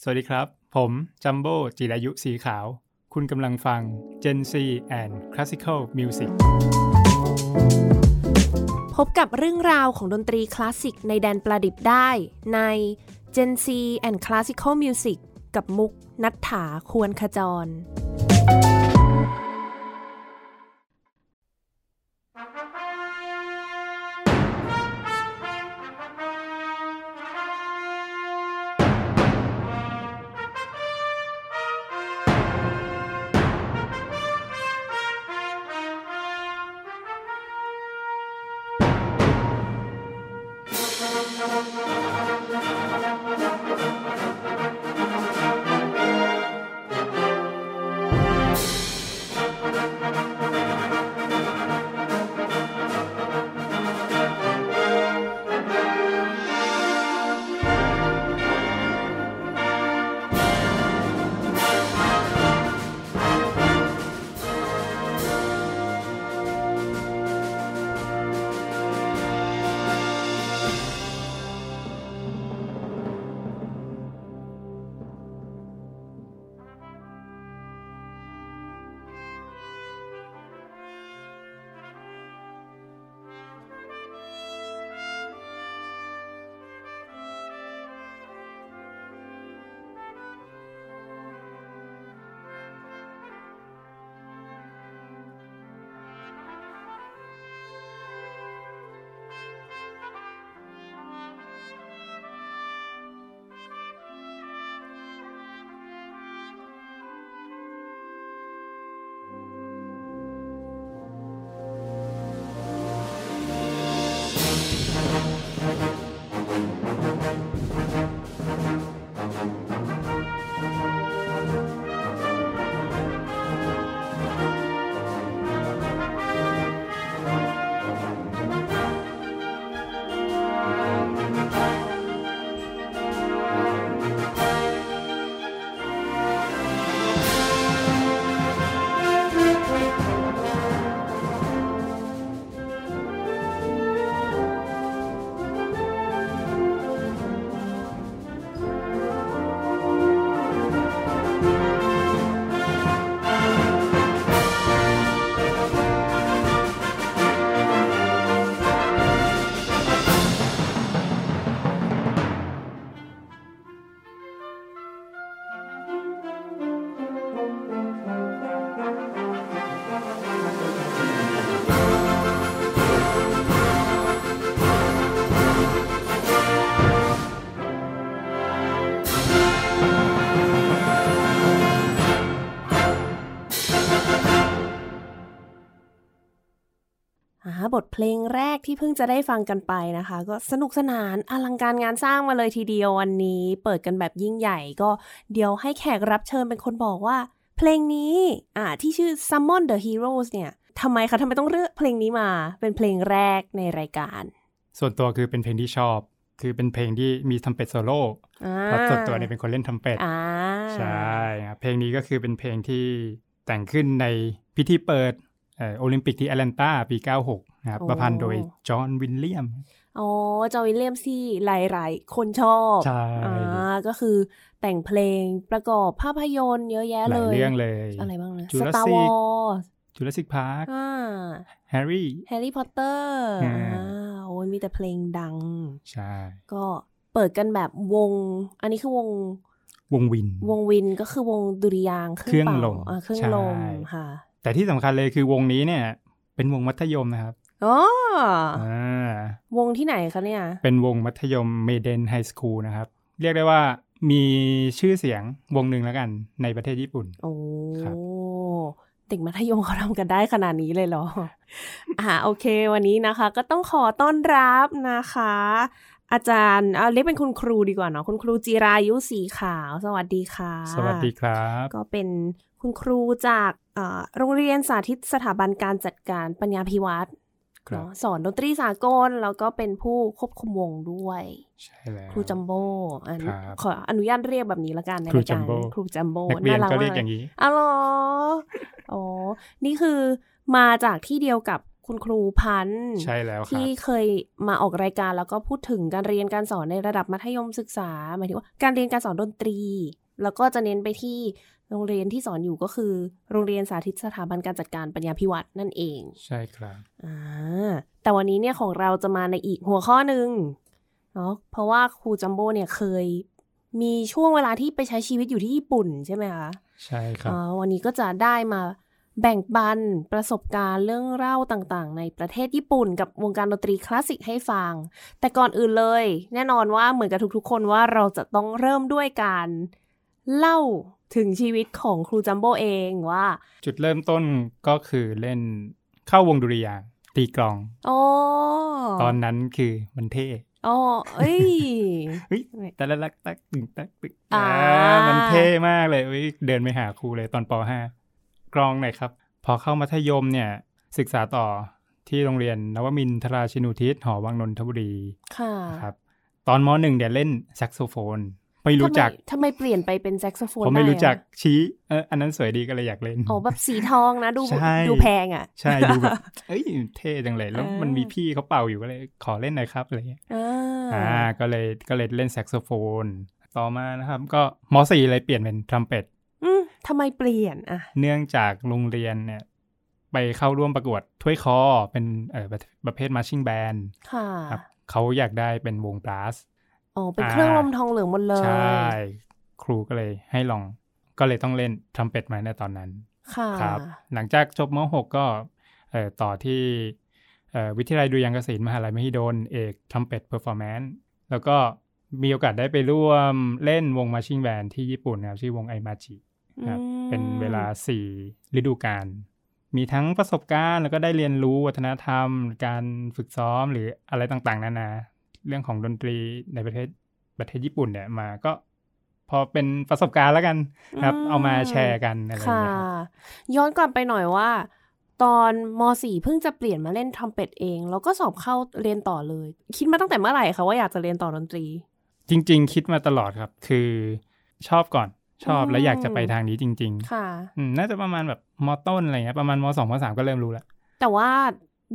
สวัสดีครับ ผมจัมโบ้จิรายุสีขาว คุณกำลังฟัง Gen Z and Classical Music พบกับเรื่องราวของดนตรีคลาสสิกในแดนประดิบได้ใน Gen C and Classical Music กับมุกนัฐถาควรขจร อ่าบทเพลงแรกที่เพิ่งจะได้ฟังกันไปนะคะ ก็สนุกสนานอลังการงานสร้างมาเลยทีเดียววันนี้ เปิดกันแบบยิ่งใหญ่ก็เดี๋ยวให้แขกรับเชิญเป็นคนบอกว่า เพลงนี้อ่าที่ชื่อ Summon the Heroes เนี่ยทำไมคะทำไมต้องเลือกเพลงนี้มาเป็นเพลงแรกในรายการ ส่วนตัวคือเป็นเพลงที่ชอบ คือเป็นเพลงที่มีทำเป็ดโซโล่ อ่า เพราะส่วนตัวเนี่ยเป็นคนเล่นทำเป็ด อ่า ใช่ครับเพลงนี้ก็คือเป็นเพลงที่แต่งขึ้นในพิธีเปิดเอ่อโอลิมปิกที่แอตแลนตาปี 96 นะครับ ประพันธ์โดยจอห์นวินเลียม อ๋อจอห์นวิลเลียมซี่หลายๆ คนชอบ ใช่ อ่าก็คือแต่งเพลงประกอบภาพยนตร์เยอะแยะ ห เล ลาย ย เรื่องเลย อะไรบ้างนะส Jurassic ตาร์วอล จูเลสิกพาร์ค อ่า แฮร์รี่ แฮร์รี่พอตเตอร์ อ่า อ่าโอ้ยมีแต่เพลงดัง ใช่ ก็เปิดกันแบบวง อันนี้คือวง วงวิน วงวินก็คือวงดุริยางค์เครื่องเครื่องลเป่าม อ่าเครื่อง ใช่ ลมค่ะ แต่ที่สำคัญเลยคือวงนี้เนี่ย เป็นวงมัธยมนะครับ อ๋อ อ่าว งที่ไหนคะเนี่ย เป็นวงมัธยมเมเดนไฮสคูลนะครับ เรียกได้ว่ามีชื่อเสียงวงหนึ่งแล้วกันในประเทศญี่ปุ่น โอ้ ครับ เด็กมัธยมเขาทำกันได้ขนาดนี้เลยเหรอ อ่าโอเค วันนี้นะคะ ก็ต้องขอต้อนรับนะคะ อาจารย์เอาเรียกเป็นคุณครูดีกว่าเนาะคุณครูจิรายุสีขาว สวัสดีค่ะ สวัสดีครับ ก็เป็นคุณครูจากเอ่อโรงเรียนสาธิตสถาบันการจัดการปัญญาภิวัตน์ ครับ เนาะสอนดนตรีสากลแล้วก็เป็นผู้ควบคุมวงด้วย ใช่แล้ว ครูจัมโบ้อัน ครับ ขออนุญาตเรียกแบบนี้ละกันใน ครู ราย จั กาม ร โบ้ ครูจัมโบ้ นักเรียน น่ารัก ก็ มา เรีย ก กอยเลย่างนี้ อ๋อเหรออ๋อ นี่คือมาจากที่เดียวกับ คุณครูพันธ์ ใช่แล้วครับ ที่เคยมาออกรายการแล้วก็พูดถึงการเรียนการสอนในระดับมัธยมศึกษาหมายถึงว่าการเรียนการสอนดนตรี แล้วก็จะเน้นไปที่โรงเรียนที่สอนอยู่ก็คือ โรงเรียนสาธิตสถาบันการจัดการปัญญาพิวัตรนั่นเอง ใช่ครับ อ่าแต่วันนี้เนี่ยของเราจะมาในอีกหัวข้อหนึ่งเนาะเพราะว่าครูจัมโบ้เนี่ยเคย มีช่วงเวลาที่ไปใช้ชีวิตอยู่ที่ญี่ปุ่นใช่ไหมคะ ใช่ครับ อ๋อวันนี้ก็จะได้มาแบ่งปันประสบการณ์เรื่องเล่าต่างๆ ในประเทศญี่ปุ่น กับวงการดนตรีคลาสสิกให้ฟัง แต่ก่อนอื่นเลย แน่นอนว่าเหมือนกับทุกๆ คนว่าเราจะต้องเริ่มด้วยการเล่าถึงชีวิตของครูจัมโบ้เองว่า จุดเริ่มต้นก็คือเล่นเข้าวงดุริยางค์ตีกลอง โอ้ ตอนนั้นคือมันเท่ โอ้เอ้ย เฮ้ยแต่ละลักตักตึงตักตึง อ่า มันเท่มากเลยเว้ยเดินไปหาครูเลยตอนป .5 กลองหน่อยครับ พอเข้ามัธยมเนี่ย ศึกษาต่อที่โรงเรียนนวมินทราชินูทิศหอวังนนทบุรี ค่ะ นะครับ ตอนมหนึ่งเดี๋ยวเล่นแซกโซโฟน ไม่รู้จัก ทำไมทำไมเปลี่ยนไปเป็นแซกโซโฟน ผมไม่ ด้อะ รู้จักชี้เอออันนั้นสวยดีก็เลยอยากเล่น อ๋อแบบสีทองนะดู ใช่ ดูแพงอ่ะ ใช่ดูแบบ เอ้ยเท่จังเลยแล้ว อ่ามั มันมีพี่เขาเป่าอยู่ก็เลยขอเล่นหน่อยครับอะไรเงี้ย อ่ อ่า า ก็เลยก็เลยเล่นแซกโซโฟน ต่อมานะครับ ก็มสี่เลยเปลี่ยนเป็นทรัมเป็ต อืมทำไมเปลี่ยนอ่ะ เนื่องจากโรงเรียนเนี่ย ไปเข้าร่วมประกวดถ้วยคอเป็นเอ่อประประเภทมาชิ่งแบนด์ ค่ะ ครับเขาอยากได้เป็นวงบลัส อ๋อ เป็น อ่า เครื่องลมทองเหลืองหมดเลย ใช่ ครูก็เลยให้ลองก็เลยต้องเล่นทรัมเป็ตมาในตอนนั้น ค่ะ ครับ หลังจากจบม .6 ก็เอ่อต่อที่เอ่อวิทยาลัยดุริยางคศิลป์มหาลัยมหิดลเอกทรัมเป็ตเพอร์ฟอร์แมนซ์แล้วก็มีโอกาสได้ไปร่วมเล่นวงมาชิ่งแบนที่ญี่ปุ่นนะครับชื่อวงไอมาจิ ครับ อืม เป็นเวลา 4 ฤดูกาลมีทั้งประสบการณ์แล้วก็ได้เรียนรู้วัฒนธรรม การฝึกซ้อมหรืออะไรต่างๆ นานา เรื่องของดนตรีในประเทศประเทศญี่ปุ่นเนี่ยมาก็พอเป็นประสบการณ์แล้วกันครับ เอามาแชร์กันอะไรอย่างเงี้ค่ะยครับ ย้อนกลับไปหน่อยว่า ตอนม .4 เพิ่งจะเปลี่ยนมาเล่นทรัมเป็ตเอง แล้วก็สอบเข้าเรียนต่อเลย คิดมาตั้งแต่เมื่อไหร่คะว่าอยากจะเรียนต่อดนตรี จริง ๆ คิดมาตลอดครับ คือชอบก่อนชอบ อืม แล้วอยากจะไปทางนี้จริง ค่ะ ๆอืมน่าจะประมาณแบบมต้นอะไรเงี้ยประมาณมสองมสามก็เริ่มรู้แล้ว แต่ว่า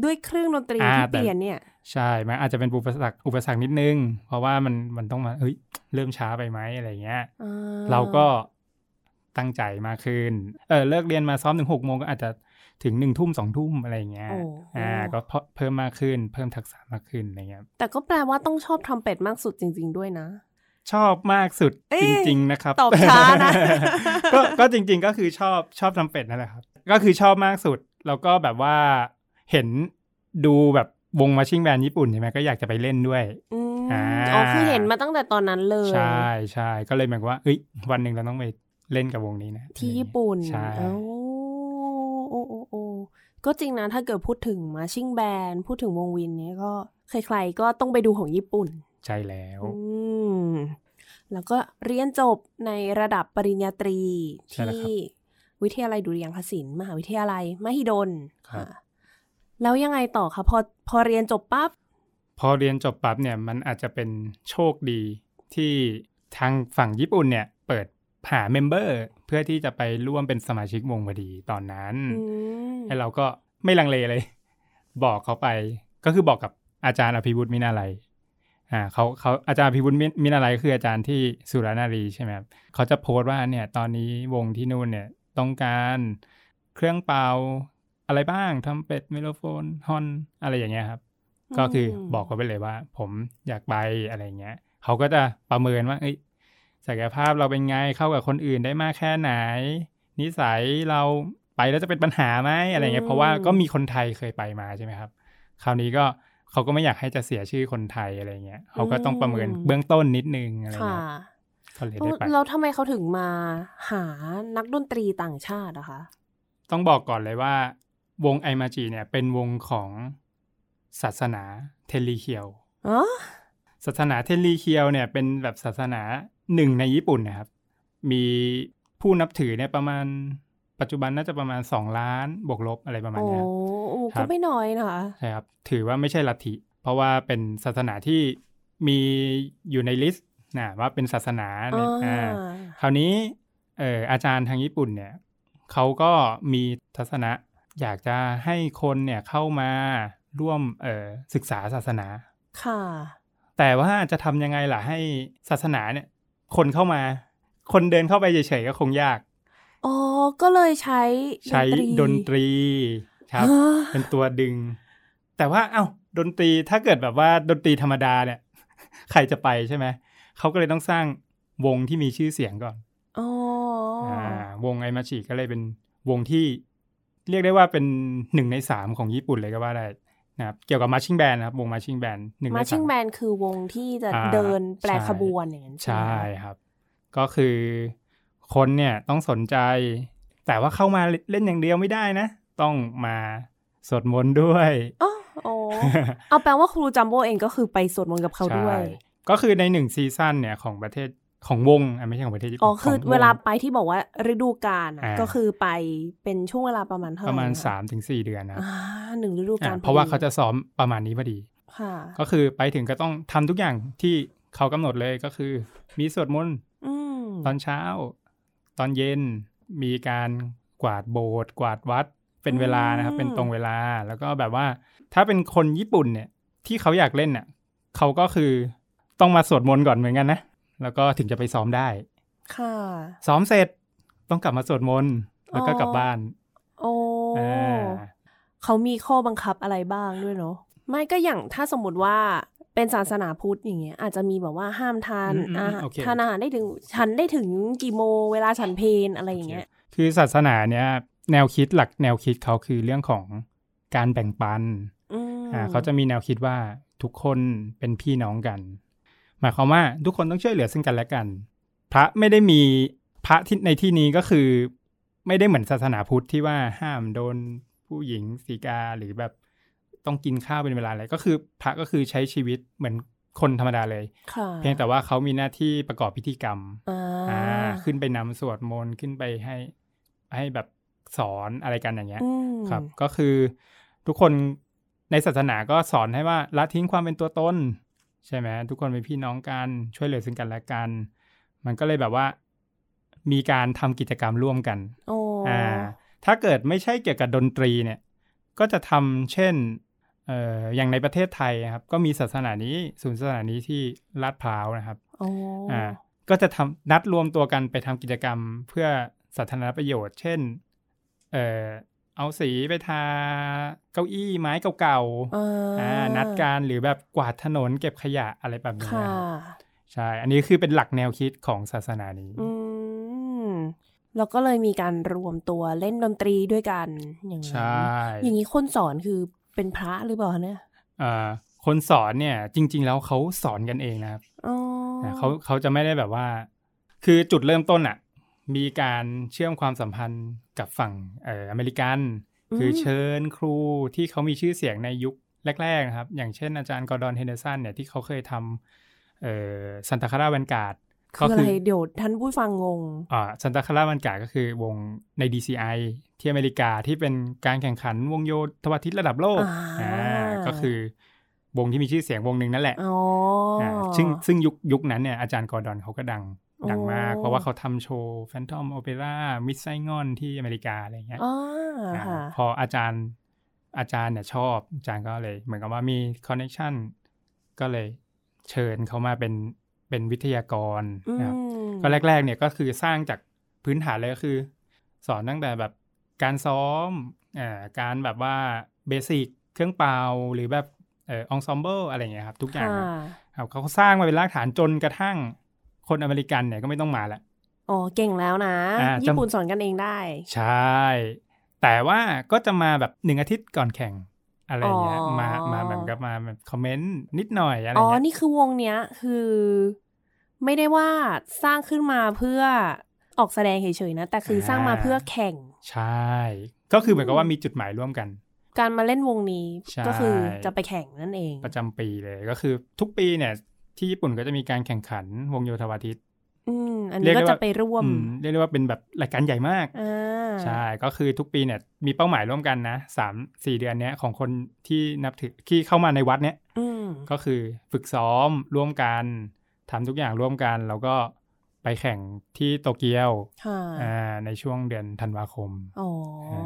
ด้วยเครื่องดนตรี อ่า ที่ แต่ เปลี่ยนเนี่ย ใช่มันอาจจะเป็นอุปสรรคอุปสรรคนิดนึง เพราะว่ามันมันต้องมาเฮ้ยเริ่มช้าไปไหมอะไรเงี้ย อ่ เราก็ตั้งใจมากขึ้นเออเลิกเรียนมาซ้อมถึงหกโมงก็อาจจะถึงหนึ่งทุ่มสองทุ่มอะไรเงี้ย โอ้ อ่าก็เพิ่มเพิ่มมากขึ้น เพิ่มทักษะมากขึ้นอะไรเงี้ย แต่ก็แปลว่าต้องชอบทรัมเป็ตมากสุดจริง ๆ ด้วยนะ ชอบมากสุด เอ๊ะ จริง ๆ นะครับ ตอบช้านะ ก็ก็จริงๆก็คือชอบชอบทำเป็ดนั่นแหละครับ ก็คือชอบมากสุด แล้วก็แบบว่าเห็นดูแบบวงมาชิ่งแบนด์ญี่ปุ่นใช่ไหมก็อยากจะไปเล่นด้วย อืม อ่า อ๋อคือเห็นมาตั้งแต่ตอนนั้นเลย ใช่ใช่ก็เลยเหมือนกับว่าเอ้ยวันหนึ่งเราต้องไปเล่นกับวงนี้นะ ที่ญี่ปุ่น ใช่ โอ้โอ้โอ้โอ้ก็จริงนะ ถ้าเกิดพูดถึงมาชิ่งแบนพูดถึงวงวินเนี่ยก็ใครๆก็ต้องไปดูของญี่ปุ่น ใช่แล้ว อืม แล้วก็เรียนจบในระดับปริญญาตรี ใช่แล้วครับ ที่วิทยาลัยดุริยางคศิลป์มหาวิทยาลัย มหิดล ครับ ค่ะแล้วยังไงต่อคะพอพอเรียนจบปั๊บ พอเรียนจบปั๊บเนี่ยมันอาจจะเป็นโชคดีที่ทางฝั่งญี่ปุ่นเนี่ย เปิดหาเมมเบอร์เพื่อที่จะไปร่วมเป็นสมาชิกวงพอดีตอนนั้น อืม ไอเราก็ไม่ลังเลเลย บอกเขาไปก็คือบอกกับอาจารย์อภิวุฒิมินาไลยอ่าเขาเขาอาจารย์อภิวุฒิมิมินาไลยคืออาจารย์ที่สุรนารีใช่ไหมครับเขาจะโพสต์ว่าเนี่ยตอนนี้วงที่นู่นเนี่ยต้องการเครื่องเป่าอะไรบ้างทำเป็ดไมโลโฟนฮอนอะไรอย่างเงี้ยครับ ก็คือบอกเขาไปเลยว่า ผมอยากไปอะไรเงี้ยเขาก็จะประเมินว่าเอ้ยศักยภาพเราเป็นไงเข้ากับคนอื่นได้มากแค่ไหน นิสัยเราไปแล้วจะเป็นปัญหาไหมอะไรเงี้ยเพราะว่าก็มีคนไทยเคยไปมาใช่ไหมครับ คราวนี้ก็เขาก็ไม่อยากให้จะเสียชื่อคนไทยอะไรเงี้ยเขาก็ต้องประเมินเบื้องต้นนิดนึงอะไร ค่ะ เงี้ยเขาเลยได้ไป แล้วทำไมเขาถึงมาหานักดนตรีต่างชาติอะคะ ต้องบอกก่อนเลยว่าวงไอมาจีเนี่ยเป็นวงของศาสนาเทลีเคียว อ๋อ ศาสนาเทนรีเคียวเนี่ยเป็นแบบศาสนาหนึ่งในญี่ปุ่นนะครับ มีผู้นับถือเนี่ยประมาณปัจจุบันน่าจะประมาณ 2 ล้านบวกลบอะไรประมาณ โอ้ เนี้ย โอ้ ครั ก็ บ ไม่น้อยนะคะ ใช่ครับถือว่าไม่ใช่ลัทธิ เพราะว่าเป็นศาสนาที่มีอยู่ในลิสต์นะว่าเป็นศาสนาเนี่ยอ่า คราวนี้เอ่ออาจารย์ทางญี่ปุ่นเนี่ยเขาก็มีทัศนะ อยากจะให้คนเนี่ยเข้ามาร่วมเอ่อศึกษาศาสนา ค่ะ แต่ว่าจะทำยังไงล่ะให้ศาสนาเนี่ย คนเข้ามา คนเดินเข้าไปเฉยๆก็คงยาก อ๋อ ก็เลยใช้ ใช้ดนตรีครับ ฮะ เป็นตัวดึง แต่ว่าเอ้าดนตรีถ้าเกิดแบบว่าดนตรีธรรมดาเนี่ย ใครจะไปใช่ไหมเขาก็เลยต้องสร้างวงที่มีชื่อเสียงก่อน อ๋ออ่าว งไอมาชิก็เลยเป็นวงที่เรียกได้ว่าเป็นหนึ่งในสามของญี่ปุ่นเลยก็ว่าได้นะครับเกี่ยวกับมาชิ่งแบนนะครับ วงมาชิ่งแบนหนึ่งใน มาชิ่ สาง ม แบนคือวงที่จะ อ่า เดินแปล ใช่ ขบวนอย่างนั้นใช่ไหม ใช่ คะ ครับ ก็คือคนเนี่ยต้องสนใจ แต่ว่าเข้ามาเล่นอย่างเดียวไม่ได้นะ ต้องมาสวดมนต์ด้วย อ๋อโอ้เอาแปลว่าครูจัมโบ้เองก็คือไปสวดมนต์กับเขาด้วย ใช่ก็คือในหนึ่งซีซั่นเนี่ยของประเทศของวงอ่ะไม่ใช่ของประเทศญี่ปุ่น อ๋อ คือ ขงง เวลาไปที่บอกว่าฤดูกาลอะ อ่า ก็คือไปเป็นช่วงเวลาประมาณเท่าไห ป ร่ ระมาณ นค 3ามถึงสเดือนนะ อ่าหนึ่งฤดูกา อ่ะ ล เพราะว่า พอดี เขาจะซ้อมประมาณนี้พอดี ค่ะ ก็คือไปถึงก็ต้องทำทุกอย่างที่เขากำหนดเลยก็คือ มีสวดมนต์ อืม ตอนเช้า ตอนเย็นมีการกวาดโบสถ์กวาดวัดเป็นเวลานะครับ เป็นตรงเวลาแล้วก็แบบว่า ถ้าเป็นคนญี่ปุ่นเนี่ยที่เขาอยากเล่นน่ะเขาก็คือต้องมาสวดมนต์ก่อนเหมือนกันนะแล้วก็ถึงจะไปซ้อมได้ ค่ะ ซ้อมเสร็จต้องกลับมาสวดมนต์แล้วก็ อ๋อ กลับบ้าน โอ้ อ่า เขามีข้อบังคับอะไรบ้างด้วยเนาะไม่ก็อย่างถ้าสมมติว่าเป็นศาสนาพุทธอย่างเงี้ยอาจจะมีแบบว่าห้ามทาน ม อา อืมโอเค ทานอาหารได้ถึงฉันได้ถึงกี่โมงเวลาฉันเพนอะไรอย่างเงี้ย คือศาสนาเนี้ยแนวคิดหลักแนวคิดเขาคือเรื่องของการแบ่งปัน อืม อ่าเขาจะมีแนวคิดว่าทุกคนเป็นพี่น้องกัน หมายความว่าทุกคนต้องช่วยเหลือซึ่งกันและกัน พระไม่ได้มีพระที่ในที่นี้ก็คือ ไม่ได้เหมือนศาสนาพุทธที่ว่าห้ามโดนผู้หญิงสีกาหรือแบบต้องกินข้าวเป็นเวลาอะไรก็คือ พระก็คือใช้ชีวิตเหมือนคนธรรมดาเลย ค่ะ เพียงแต่ว่าเขามีหน้าที่ประกอบพิธีกรรม อ่า อ่า ขึ้นไปนำสวดมนต์ ขึ้นไปให้ให้แบบสอนอะไรกันอย่างเงี้ย อืม ครับ ก็คือทุกคนในศาสนาก็สอนให้ว่าละทิ้งความเป็นตัวตนใช่ไหมทุกคนเป็นพี่น้องกัน ช่วยเหลือซึ่งกันและกัน มันก็เลยแบบว่า มีการทำกิจกรรมร่วมกัน โอ้ อ่า ถ้าเกิดไม่ใช่เกี่ยวกับดนตรีเนี่ย ก็จะทำเช่น เอ่อ อย่างในประเทศไทยนะครับ ก็มีศาสนานี้ศูนย์ศาสนานี้ที่ลาดพร้าวนะครับ โอ้ อ่า ก็จะทำนัดรวมตัวกันไปทำกิจกรรมเพื่อสาธารณประโยชน์ เช่น เอ่อ เอาสีไปทาเก้าอี้ไม้เก่าๆ อ่า นัดกันหรือแบบกวาดถนนเก็บขยะอะไรแบบนี้ ค่ะ นะครับใช่ อันนี้คือเป็นหลักแนวคิดของศาสนานี้ อืมแล้วก็เลยมีการรวมตัวเล่นดนตรีด้วยกันอย่างนั้น ใช่ อย่างนี้คนสอนคือเป็นพระหรือเปล่าเนี่ย อ่าคนสอนเนี่ยจริง ๆ แล้วเขาสอนกันเองนะครับ อ๋อ นะเขาเขาจะไม่ได้แบบว่า คือจุดเริ่มต้นอะมีการเชื่อมความสัมพันธ์กับฝั่งเอ่ออเมริกัน คือ ม เชิญครูที่เขามีชื่อเสียงในยุคแรกๆนะครับ อย่างเช่นอาจารย์กอร์ดอนเฮนเดอร์สันเนี่ยที่เขาเคยทำเอ่อซันตาคาราวันการ์ด คืออะไรเดี๋ยวท่านผู้ฟังงง อ่าซันตาคาราวันการ์ดก็คือวงใน DCI ที่อเมริกาที่เป็นการแข่งขันวงโยธวาทิตระดับโลก อ่า ก็คือวงที่มีชื่อเสียงวงหนึ่งนั่นแหละ อ๋ออ อ่าซึ่งซึ่งยุคยุคนั้นเนี่ยอาจารย์กอร์ดอนเขาก็ดัง ดังมาก โอ้ เพราะว่าเขาทำโชว์ Phantom Opera Miss Saigon ที่อเมริกาอะไรอย่างเงี้ย อ่า อ่า ค่ะ พออาจารย์อาจารย์เนี่ยชอบ อาจารย์ก็เลย เหมือนกับว่ามีคอนเน t ชั n นก็เลยเชิญเขามาเป็นเป็นวิทยากร อื นะครับ ม ก็แรก ๆ เนี่ยก็คือสร้างจากพื้นฐานเลยก็คือ สอนตั้งแต่แบบการซ้อมอ่าการแบบว่าเบสิกเครื่องเป่าหรือแบบเอองซอมเบิลอะไรอย่างเงี้ยครับทุกอย่าง ค่ะ เนี่ย ครับเขาสร้างมาเป็นรากฐานจนกระทั่งคนอเมริกันเนี่ยก็ไม่ต้องมาละ อ๋อเก่งแล้วนะ อ่าจำ ญี่ปุ่นสอนกันเองได้ ใช่ แต่ว่าก็จะมาแบบหนึ่งอาทิตย์ก่อนแข่งอะไรอย่างเงี้ย อ๋อ มามาแบบกับมาแบบคอมเมนต์นิดหน่อยอะไร อ๋อ เงี้ย นี่คือวงเนี้ยคือ ไม่ได้ว่าสร้างขึ้นมาเพื่อออกแสดงเฉยๆนะ แต่คือสร้างมาเพื่อแข่ง ใช่ ก็คือเหมือนกับว่ามีจุดหมายร่วมกัน การมาเล่นวงนี้ ใช่ ก็คือจะไปแข่งนั่นเอง ประจำปีเลยก็คือทุกปีเนี่ยที่ญี่ปุ่นก็จะมีการแข่งขันวงโยธวาทิต อืมอัน เรียนี้กได้ ก็ ว่า จะไปร่วม อืมเรียกได้ว่าเป็นแบบรายการใหญ่มาก อ่า ใช่ ก็คือทุกปีเนี่ยมีเป้าหมายร่วมกันนะสามสี่เดือนเนี้ยของคนที่นับถือที่เข้ามาในวัดเนี้ย อืม ก็คือฝึกซ้อมร่วมกันทำทุกอย่างร่วมกัน แล้วก็ไปแข่งที่โตเกียว ค่ะ อ่าในช่วงเดือนธันวาคม อ๋อ อ่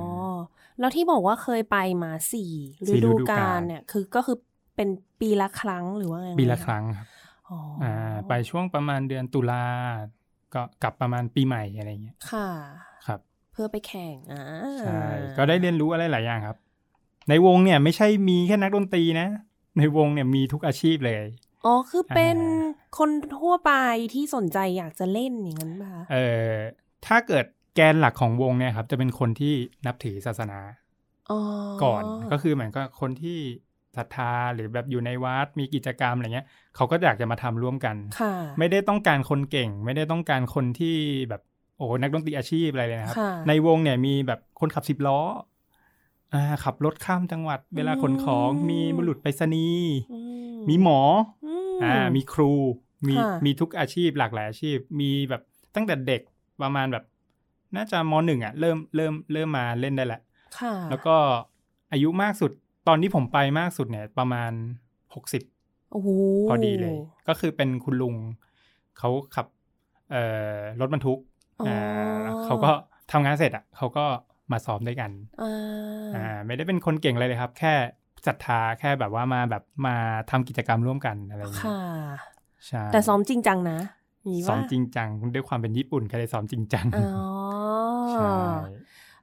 แล้วที่บอกว่าเคยไปมาสี่ฤ สี่ ดู ฤดูกาล กาลเนี่ย คือก็คือเป็นปีละครั้งหรือว่าไง ปีละครั้งครับ อ๋ออ่ อ่าไปช่วงประมาณเดือนตุลาก็กลับประมาณปีใหม่อะไรเงี้ย ค่ะ ครับ เพื่อไปแข่งอ่า ใช่ก็ได้เรียนรู้อะไรหลายอย่างครับ ในวงเนี่ยไม่ใช่มีแค่นักดนตรีนะ ในวงเนี่ยมีทุกอาชีพเลย อ๋อคือเป็นคนทั่วไปที่สนใจอยากจะเล่นอย่างนั้นป่ะ เอ่อถ้าเกิดแกนหลักของวงเนี่ยครับ จะเป็นคนที่นับถือศาสนา อ๋อ ก่อนก็คือเหมือนก็คนที่ศรัทธาหรือแบบอยู่ในวัดมีกิจกรรมอะไรเงี้ยเขาก็อยากจะมาทำร่วมกัน ค่ะ ไม่ได้ต้องการคนเก่ง ไม่ได้ต้องการคนที่แบบโอ้โหนักดนตรีอาชีพอะไรเลยนะครับ ค่ะ ในวงเนี่ยมีแบบคนขับสิบล้ออ่าขับรถข้ามจังหวัด เวลาขนของ อืม มีบุรุษไปรษณีย์ อื มีหมอ ม อ่ามีครู มี ค่ะ มีทุกอาชีพหลากหลายอาชีพ มีแบบตั้งแต่เด็กประมาณแบบ น่าจะมหนึ่งอ่ะเริ่มเริ่มเริ่มมาเล่นได้แหละ ค่ะ แล้วก็อายุมากสุดตอนที่ผมไปมากสุดเนี่ย ประมาณหกสิบ โอ้โห พอดีเลย ก็คือเป็นคุณลุงเขาขับเอ่อรถบรรทุก อ๋ออ่ ่าเขาก็ทำงานเสร็จอ่ะเขาก็มาซ้อมด้วยกัน อ่ อ่า า ไม่ได้เป็นคนเก่งเลยเลยครับ แค่ศรัทธาแค่แบบว่ามาแบบมาทำกิจกรรมร่วมกันอะไรอย่างเงี้ ค่ะ ยใช่ แต่ซ้อมจริงจังนะนี่ ซ้อม ว่า จริงจังด้วยความเป็นญี่ปุ่นก็เลยซ้อมจริงจัง อ๋อ ใช่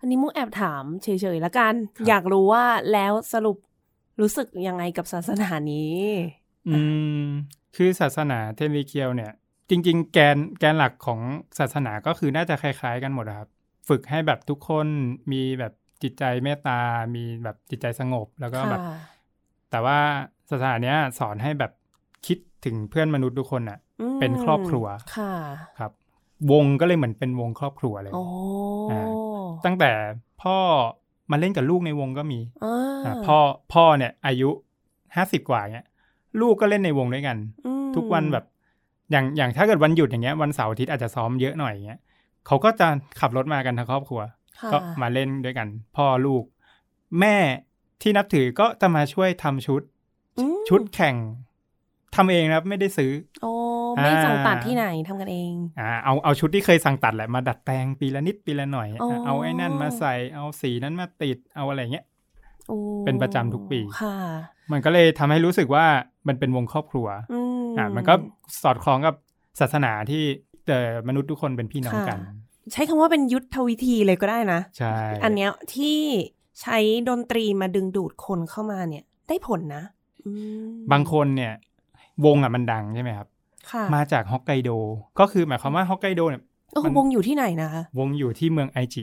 อันนี้มุกแอบถามเฉยๆละกัน ครับ อยากรู้ว่าแล้วสรุปรู้สึกยังไงกับศาสนานี้ อืมคือศาสนาเทนริเคียวเนี่ย จริง ๆ แกนแกนหลักของศาสนาก็คือน่าจะคล้าย ๆ กันหมดอะครับ ฝึกให้แบบทุกคนมีแบบจิตใจเมตตา มีแบบจิตใจสงบแล้วก็แบบ ค่ะ แต่ว่าศาสนาเนี้ยสอนให้แบบคิดถึงเพื่อนมนุษย์ทุกคนอ่ะ อืม เป็นครอบครัว ค่ะ ครับ วงก็เลยเหมือนเป็นวงครอบครัวเลย โอ้ อ่า ตั้งแต่พ่อมาเล่นกับลูกในวงก็มี อ่า อ่ะพ่อพ่อเนี่ยอายุห้าสิบกว่าเงี้ยลูกก็เล่นในวงด้วยกัน ม ทุกวันแบบอย่างอย่างถ้าเกิดวันหยุดอย่างเงี้ยวันเสาร์อาทิตย์อาจจะซ้อมเยอะหน่อยอย่างเงี้ยเขาก็จะขับรถมากันทั้งครอบครัว ค่ะ ก็มาเล่นด้วยกัน พ่อลูก แม่ที่นับถือก็จะมาช่วยทำชุด อืม ชุดแข่งทำเองนะครับไม่ได้ซื้อ โอ้ไม่ อ่า สั่งตัดที่ไหนทำกันเอง อ่าเอาเอาชุดที่เคยสั่งตัดแหละมาดัดแปลงปีละนิดปีละหน่อย อ๋อ อ่ะเอาไอ้นั่นมาใส่เอาสีนั้นมาติดเอาอะไรเงี้ย โอ้ เป็นประจำทุกปี ค่ะ มันก็เลยทำให้รู้สึกว่ามันเป็นวงครอบครัว อืม อ่ามันก็สอดคล้องกับศาสนาที่เอ่อมนุษย์ทุกคนเป็นพี่น้อง ค่ะ กัน ใช้คำว่าเป็นยุทธวิธีเลยก็ได้นะ ใช่ อันเนี้ยที่ใช้ดนตรีมาดึงดูดคนเข้ามาเนี่ย ได้ผลนะอืม บางคนเนี่ย วงอ่ะมันดังใช่ไหมครับ ค่ะ มาจากฮอกไกโด ก็คือหมายความว่าฮอกไกโดเนี่ย โอ้โห มัน วงอยู่ที่ไหนนะคะ วงอยู่ที่เมืองไอจิ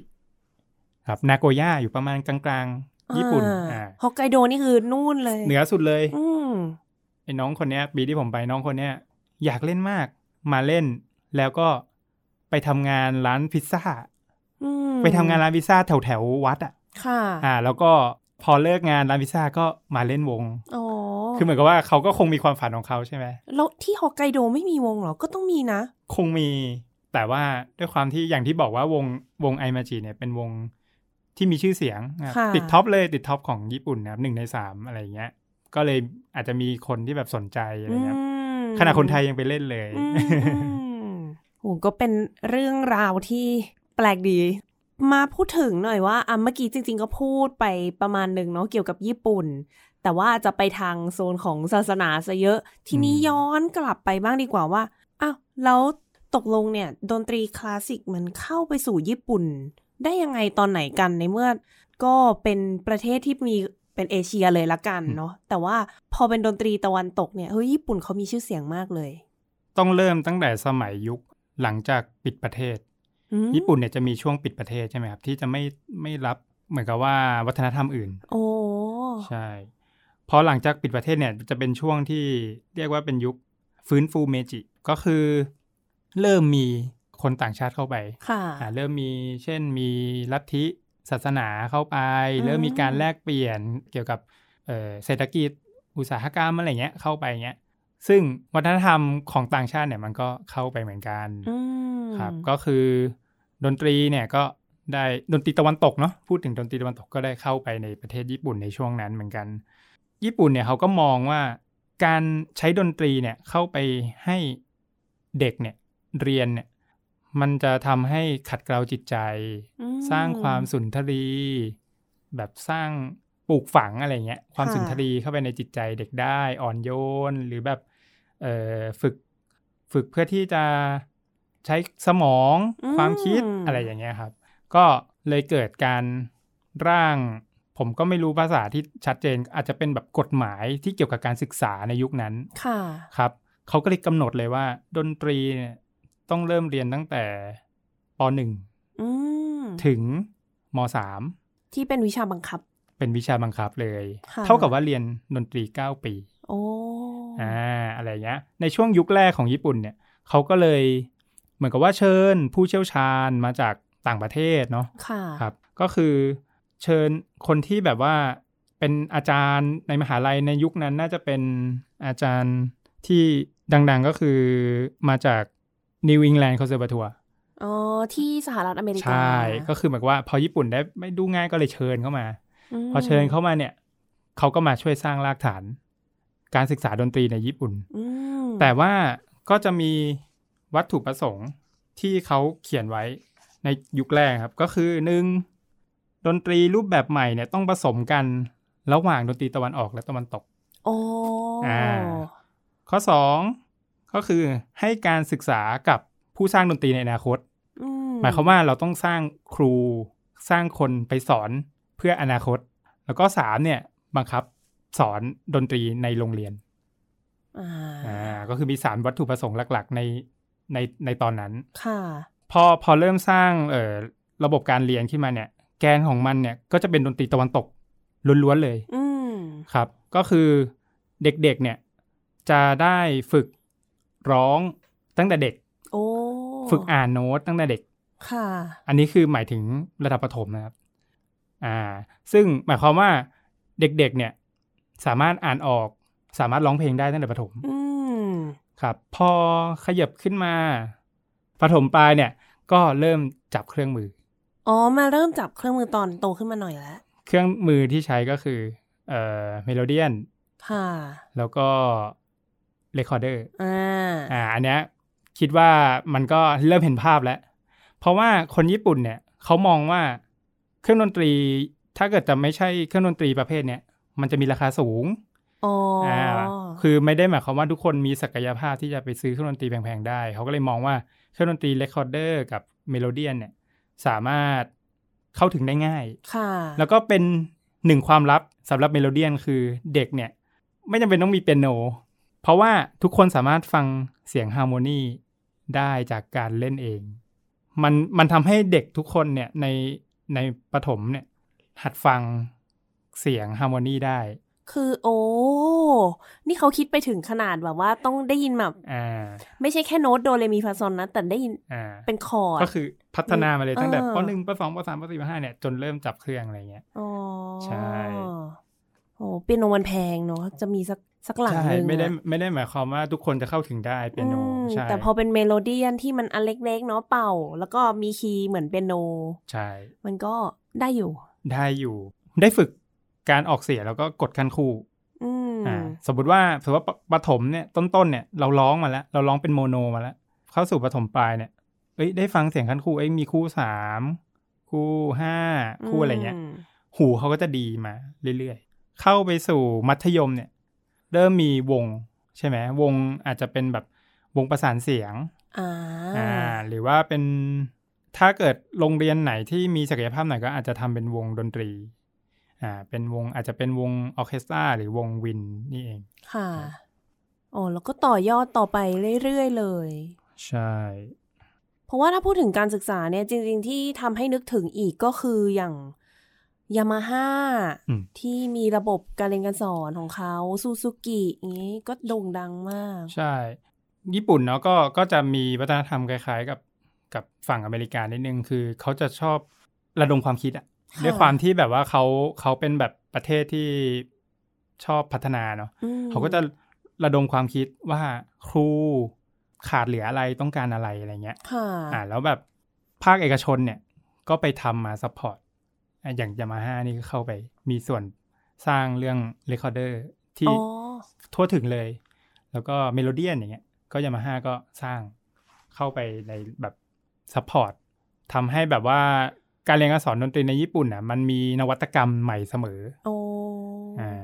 ครับนาโกย่าอยู่ประมาณกลางๆ ญี่ปุ่น อ่า อ่า ฮอกไกโดนี่คือนู่นเลย เหนือสุดเลย อืม ไอ้น้องคนเนี้ยปีที่ผมไปน้องคนเนี้ยอยากเล่นมาก มาเล่นแล้วก็ไปทำงานร้านพิซซ่า อืม ไปทำงานร้านพิซซ่าแถวแถวๆวัดอ่ะ ค่ะ อ่า แล้วก็พอเลิกงานร้านพิซซ่าก็มาเล่นวง อ๋อ คือเหมือนกับว่าเขาก็คงมีความฝันของเขาใช่ไหม แล้วที่ฮอกไกโดไม่มีวงเหรอ ก็ต้องมีนะ คงมีแต่ว่าด้วยความที่อย่างที่บอกว่าวงวงไอมาจิเนี่ยเป็นวงที่มีชื่อเสียงนะครับ ค่ะ ติดท็อปเลยติดท็อปของญี่ปุ่นนะครับหนึ่งในสามอะไรอย่างเงี้ย ก็เลยอาจจะมีคนที่แบบสนใจอะไรเงี้ย อืม ขณะคนไทยยังไปเล่นเลย อืมอืม โหก็เป็นเรื่องราวที่แปลกดี มาพูดถึงหน่อยว่าอ่ะเมื่อกี้จริง ๆ ก็พูดไปประมาณหนึ่งเนาะเกี่ยวกับญี่ปุ่น แต่ว่าจะไปทางโซนของศาสนาซะเยอะ ทีนี้ อืม ย้อนกลับไปบ้างดีกว่าว่าอ้าวแล้วตกลงเนี่ย ดนตรีคลาสสิกมันเข้าไปสู่ญี่ปุ่น ได้ยังไงตอนไหนกันในเมื่อ ก็เป็นประเทศที่มีเป็นเอเชียเลยละกันเนาะแต่ว่าพอเป็นดนตรีตะวันตกเนี่ยเฮ้ยญี่ปุ่นเขามีชื่อเสียงมากเลย ต้องเริ่มตั้งแต่สมัยยุคหลังจากปิดประเทศ อืม ญี่ปุ่นเนี่ยจะมีช่วงปิดประเทศใช่ไหมครับที่จะไม่ไม่รับเหมือนกับว่าวัฒนธรรมอื่น โอ้ ใช่พอหลังจากปิดประเทศเนี่ยจะเป็นช่วงที่เรียกว่าเป็นยุคฟื้นฟูเมจิ ก็คือเริ่มมีคนต่างชาติเข้าไป ค่ะ อ่าเริ่มมีเช่นมีลัทธิศาสนาเข้าไป เริ่มมีการแลกเปลี่ยนเกี่ยวกับเอ่อเศรษฐกิจอุตสาหกรรมอะไรเงี้ยเข้าไปเงี้ยซึ่งวัฒนธรรมของต่างชาติเนี่ยมันก็เข้าไปเหมือนกัน อืม ครับก็คือดนตรีเนี่ยก็ได้ดนตรีตะวันตกเนาะพูดถึงดนตรีตะวันตกก็ได้เข้าไปในประเทศญี่ปุ่นในช่วงนั้นเหมือนกัน ญี่ปุ่นเนี่ยเขาก็มองว่าการใช้ดนตรีเนี่ยเข้าไปให้เด็กเนี่ยเรียนเนี่ยมันจะทำให้ขัดเกลาจิตใจ อืม สร้างความสุนทรี แบบสร้างปลูกฝังอะไรเงี้ยความสุนทรีเข้าไปในจิตใจเด็กได้อ่อนโยน หรือแบบเอ่อฝึกฝึกเพื่อที่จะใช้สมอง อืม ความคิดอะไรอย่างเงี้ยครับ ก็เลยเกิดการร่าง ผมก็ไม่รู้ภาษาที่ชัดเจน อาจจะเป็นแบบกฎหมายที่เกี่ยวกับการศึกษาในยุคนั้น ค่ะ ครับเขาก็เลยกำหนดเลยว่า ดนตรีเนี่ยต้องเริ่มเรียนตั้งแต่ป อืม .1 ถึงม ที่เป็นวิชาบังคับ .3 เป็นวิชาบังคับเลย ค่ะ เท่ากับว่าเรียนดนตรี 9 ปี โอ้ อ่าอะไรเงี้ยในช่วงยุคแรกของญี่ปุ่นเนี่ยเขาก็เลยเหมือนกับว่าเชิญผู้เชี่ยวชาญมาจากต่างประเทศเนาะ ค่ะ ครับก็คือเชิญคนที่แบบว่าเป็นอาจารย์ในมหาลัยในยุคนั้นน่าจะเป็นอาจารย์ที่ดังๆก็คือมาจากนิวอิงแลนด์คอนเซอร์วทัว อ๋อ ที่สหรัฐอเมริกา ใช่ก็คือเหมือนกับว่าพอญี่ปุ่นได้ไม่ดูง่ายก็เลยเชิญเข้ามา ม พอเชิญเข้ามาเนี่ยเขาก็มาช่วยสร้างรากฐาน การศึกษาดนตรีในญี่ปุ่น อืม แต่ว่าก็จะมีวัตถุประสงค์ที่เขาเขียนไว้ในยุคแรกครับ ก็คือหนึ่งดนตรีรูปแบบใหม่เนี่ยต้องผสมกันระหว่างดนตรีตะวันออกและตะวันตก โอ้ อ่า ข้อสองก็คือให้การศึกษากับผู้สร้างดนตรีในอนาคต อื หมายความว่าเราต้องสร้างครูสร้างคนไปสอนเพื่ออนาคต แล้วก็สามเนี่ยบังคับสอนดนตรีในโรงเรียน อ่า อ่าก็คือมีสามวัตถุประสงค์หลักๆ ในในในตอนนั้น ค่ะ พอพอเริ่มสร้างเอ่อระบบการเรียนขึ้นมาเนี่ย แกนของมันเนี่ยก็จะเป็นดนตรีตะวันตกล้วนๆเลย อืม ครับ ก็คือเด็กๆเนี่ยจะได้ฝึกร้องตั้งแต่เด็ก โอ้ ฝึกอ่านโน้ตตั้งแต่เด็ก ค่ะ อันนี้คือหมายถึงระดับประถมนะครับ อ่า ซึ่งหมายความว่าเด็กๆเนี่ยสามารถอ่านออกสามารถร้องเพลงได้ตั้งแต่ประถม อืม ครับพอขยับขึ้นมาปฐมปลายเนี่ย ก็เริ่มจับเครื่องมือ อ๋อ มาเริ่มจับเครื่องมือตอนโตขึ้นมาหน่อยแล้ว เครื่องมือที่ใช้ก็คือเอ่อเมโลเดียน ค่ะ แล้วก็เรคคอร์เดอร์ อ่า อ่าอันเนี้ยคิดว่ามันก็เริ่มเห็นภาพแล้ว เพราะว่าคนญี่ปุ่นเนี่ยเขามองว่าเครื่องดนตรี ถ้าเกิดจะไม่ใช่เครื่องดนตรีประเภทเนี้ยมันจะมีราคาสูง อ๋ออ่า คือไม่ได้หมายความว่าทุกคนมีศักยภาพที่จะไปซื้อเครื่องดนตรีแพงๆได้ เขาก็เลยมองว่าเครื่องดนตรีเรคคอร์เดอร์กับเมโลเดียนเนี่ยสามารถเข้าถึงได้ง่าย ค่ะ แล้วก็เป็นหนึ่งความลับสำหรับเมโลเดียนคือเด็กเนี่ย ไม่จำเป็นต้องมีเปียโน เพราะว่าทุกคนสามารถฟังเสียงฮาร์โมนีได้จากการเล่นเอง มันมันทำให้เด็กทุกคนเนี่ยในในปฐมเนี่ย หัดฟังเสียงฮาร์โมนีได้ คือโอ้ นี่เขาคิดไปถึงขนาดแบบว่าต้องได้ยินแบบ อ่า ไม่ใช่แค่โน้ตโดเรมีฟาซอนนะ แต่ได้ยิน อ่า เป็นคอร์ด ก็คือพัฒนามาเลยตั้งแต่ เออ ปหนึ่งปสองปสามปสี่ปห้าเนี่ยจนเริ่มจับเครื่องอะไรเงี้ย อ๋อ ใช่ โอ้เปียโนมันแพงเนาะจะมีสักสักหลัง ใช่ หนึง ไม่ได้ อะ ไม่ได้หมายความว่าทุกคนจะเข้าถึงได้เปียโน อืม ใช่ แต่พอเป็นเมโลเดียนที่มันอันเล็กๆเนาะเป่า แล้วก็มีคีย์เหมือนเปียโน ใช่ มันก็ได้อยู่ ได้อยู่ได้ฝึกการออกเสียงแล้วก็กดคันคู่ อืม อ่าสมมติว่าสมมติว่าปปฐมเนี่ยต้นๆเนี่ยเราร้องมาแล้ว เราร้องเป็นโมโนมาแล้ว เข้าสู่ปฐมปลายเนี่ยเอ้ยได้ฟังเสียงคันคู่เอ้ยมีคู่สามคู่ห้าคู่อะไรเงี้ย ม หูเขาก็จะดีมาเรื่อยๆ เข้าไปสู่มัธยมเนี่ย เริ่มมีวงใช่ไหมวงอาจจะเป็นแบบวงประสานเสียง อ่า อ่าหรือว่าเป็นถ้าเกิดโรงเรียนไหนที่มีศักยภาพหน่อยก็อาจจะทำเป็นวงดนตรีอ่าเป็นวงอาจจะเป็นวงออร์เคสตราหรือวงวินนี่เอง ค่ะโอ้แล้วก็ต่อยอดต่อไปเรื่อยๆเลย ใช่ เพราะว่าถ้าพูดถึงการศึกษาเนี่ยจริง ๆ ที่ทำให้นึกถึงอีกก็คืออย่างยามาฮ่า อืม ที่มีระบบการเรียนการสอนของเขาซูซูกิอย่างนี้ก็โด่งดังมาก ใช่ ญี่ปุ่นเนาะก็ก็จะมีวัฒนธรรมคล้ายๆกับกับฝั่งอเมริกานิดนึงคือเขาจะชอบระดมความคิดอะ ค่ะ ด้วยความที่แบบว่าเขาเขาเป็นแบบประเทศที่ชอบพัฒนาเนาะ อืม เขาก็จะระดมความคิดว่าครูขาดเหลืออะไรต้องการอะไรอะไรเงี้ย ค่ะ อ่าแล้วแบบภาคเอกชนเนี่ยก็ไปทำมาซัพพอร์ตอ่ะอย่างยามาฮ่านี่ก็เข้าไปมีส่วนสร้างเรื่องเรคคอร์เดอร์ที่ อ๋อ ทั่วถึงเลย แล้วก็เมโลเดียนอย่างเงี้ยก็ยามาฮ่าก็สร้างเข้าไปในแบบซัพพอร์ตทำให้แบบว่า การเรียนการสอนดนตรีในญี่ปุ่นอ่ะ มันมีนวัตกรรมใหม่เสมอ โอ้ อ่า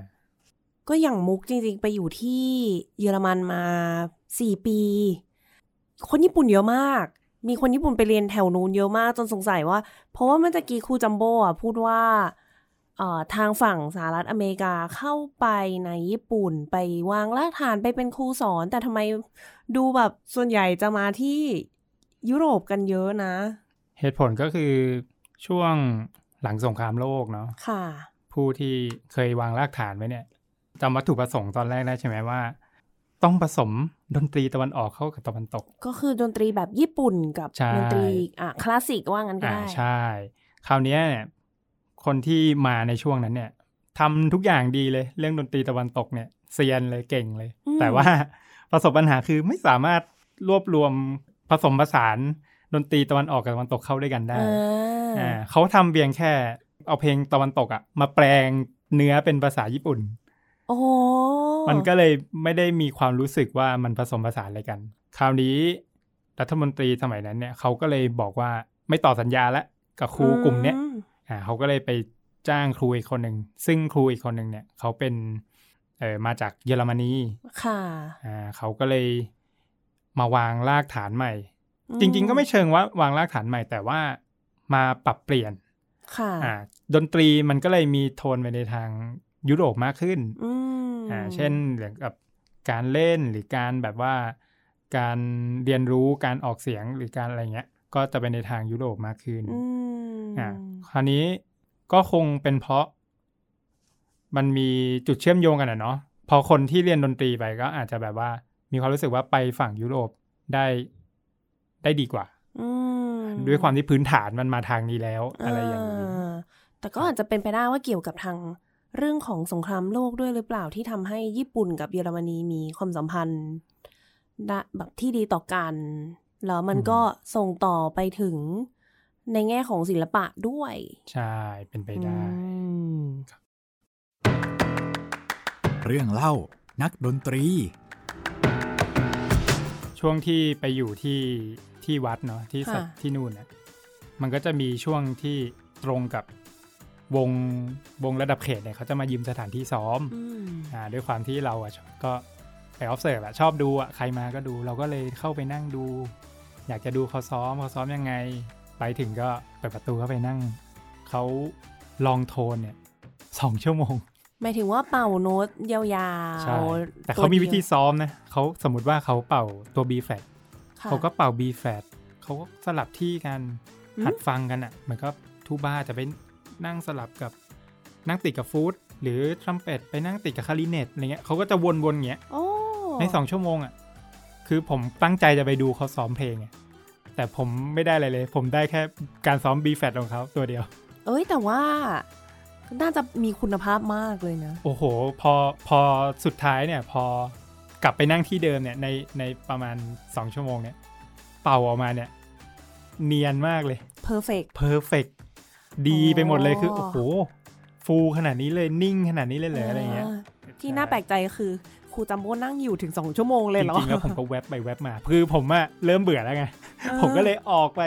ก็อย่างมุกจริงๆ ไปอยู่ที่เยอรมันมาสี่ปี คนญี่ปุ่นเยอะมาก มีคนญี่ปุ่นไปเรียนแถวนู้นเยอะมากจนสงสัยว่า เพราะว่าเมื่อตะกี้ครูจัมโบ้อะพูดว่าเอ่อทางฝั่งสหรัฐอเมริกาเข้าไปในญี่ปุ่นไปวางรากฐานไปเป็นครูสอน แต่ทำไมดูแบบส่วนใหญ่จะมาที่ยุโรปกันเยอะนะ เหตุผลก็คือช่วงหลังสงครามโลกเนาะ ค่ะ ผู้ที่เคยวางรากฐานไว้เนี่ยจำวัตถุประสงค์ตอนแรกได้ใช่ไหมว่า ต้องผสมดนตรีตะวันออกเข้ากับตะวันตก ก็คือดนตรีแบบญี่ปุ่นกับ ใช่ ดนตรีอ่ะคลาสสิกว่างั้นก็ อ่า ได้ ใช่ คราวเนี้ยเนี่ยคนที่มาในช่วงนั้นเนี่ยทำทุกอย่างดีเลยเรื่องดนตรีตะวันตกเนี่ยเซียนเลยเก่งเลย แต่ว่า ประสบปัญหาคือไม่สามารถรวบรวมผสมผสานดนตรีตะวันออกกับตะวันตกเข้าด้วยกันได้ อ่า อ่าเขาทำเพียงแค่เอาเพลงตะวันตกอะมาแปลงเนื้อเป็นภาษาญี่ปุ่น โอ้โห มันก็เลยไม่ได้มีความรู้สึกว่ามันผสมผสานอะไรกัน คราวนี้รัฐมนตรีสมัยนั้นเนี่ยเขาก็เลยบอกว่าไม่ต่อสัญญาละกับครูกลุ่มเนี้ย อื อ่าเขาก็เลยไปจ้างครูอีกคนหนึ่งซึ่งครูอีกคนหนึ่งเนี่ยเขาเป็นเออมาจากเยอรมนี ค่ะ อ่าเขาก็เลยมาวางรากฐานใหม่ อื จริง ๆ ก็ไม่เชิงว่าวางรากฐานใหม่ แต่ว่ามาปรับเปลี่ยน ค่ะ อ่าดนตรีมันก็เลยมีโทนไปในทางยุโรปมากขึ้น อืม อ่าเช่นเรื่องกับการเล่นหรือการแบบว่าการเรียนรู้การออกเสียงหรือการอะไรเงี้ย ก็จะเป็นในทางยุโรปมากขึ้น อืม อ่าคราวนี้ก็คงเป็นเพราะ มันมีจุดเชื่อมโยงกันอะเนาะพอคนที่เรียนดนตรีไปก็อาจจะแบบว่า มีความรู้สึกว่าไปฝั่งยุโรปได้ได้ดีกว่า อืม ด้วยความที่พื้นฐานมันมาทางนี้แล้วอะไรอย่างนี้ าแต่ก็อาจจะเป็นไปได้ว่าเกี่ยวกับทางเรื่องของสงครามโลกด้วยหรือเปล่าที่ทำให้ญี่ปุ่นกับเยอรมนีมีความสัมพันธ์ดะแบบที่ดีต่อกัน แล้วมัน อืม ก็ส่งต่อไปถึงในแง่ของศิลปะด้วย ใช่เป็นไปได้ อืม เรื่องเล่านักดนตรี ช่วงที่ไปอยู่ที่ที่วัดเนาะที่สัต ค่ะ ที่นู่นนะมันก็จะมีช่วงที่ตรงกับวงวงระดับเขตเนี่ยเขาจะมายืมสถานที่ซ้อม อืม อ่าด้วยความที่เราอ่ะชอบก็ไป observe อะชอบดูอะใครมาก็ดู เราก็เลยเข้าไปนั่งดู อยากจะดูเขาซ้อมเขาซ้อมยังไง ไปถึงก็เปิดประตูเข้าไปนั่งเขาลองโทนเนี่ยสองชั่วโมง หมายถึงว่าเป่าโน้ตยาว ใช่ แต่เขามีวิธีซ้อมนะเขาสมมติว่าเขาเป่าตัว B flat ค่ะ เขาก็เป่า B flat เขาก็สลับที่กัน อืม หัดฟังกันอะ่ะเหมือนก็ทูบ้าจะไปนั่งสลับกับนั่งติดกับฟูดหรือทรัมเป็ตไปนั่งติดกับคลาริเนตอะไรเงี้ยเขาก็จะวนๆอย่างเงี้ย โอ้ ในสองชั่วโมงอะ่ะคือผมตั้งใจจะไปดูเขาซ้อมเพลงไงแต่ผมไม่ได้อะไรเลย ผมได้แค่การซ้อม B flat ของเขาตัวเดียว เอ้ยแต่ว่าน่าจะมีคุณภาพมากเลยนะ โอ้โห พอพอสุดท้ายเนี่ย พอกลับไปนั่งที่เดิมเนี่ยในในประมาณ 2 ชั่วโมงเนี่ย เป่าออกมาเนี่ย เนียนมากเลย เพอร์เฟก เพอร์เฟกดีไปหมดเลยคือ อ๋อ โอ้โห ฟูขนาดนี้เลยนิ่งขนาดนี้เลยเหรออะไรเงี้ย ที่น่าแปลกใจคือครูจัมโบ้นั่งอยู่ถึง 2 ชั่วโมงเลยเหรอ จริงๆแล้วผมก็แวบไปแวบมา คือผมอะเริ่มเบื่อแล้วไง ออ ผมก็เลยออกไป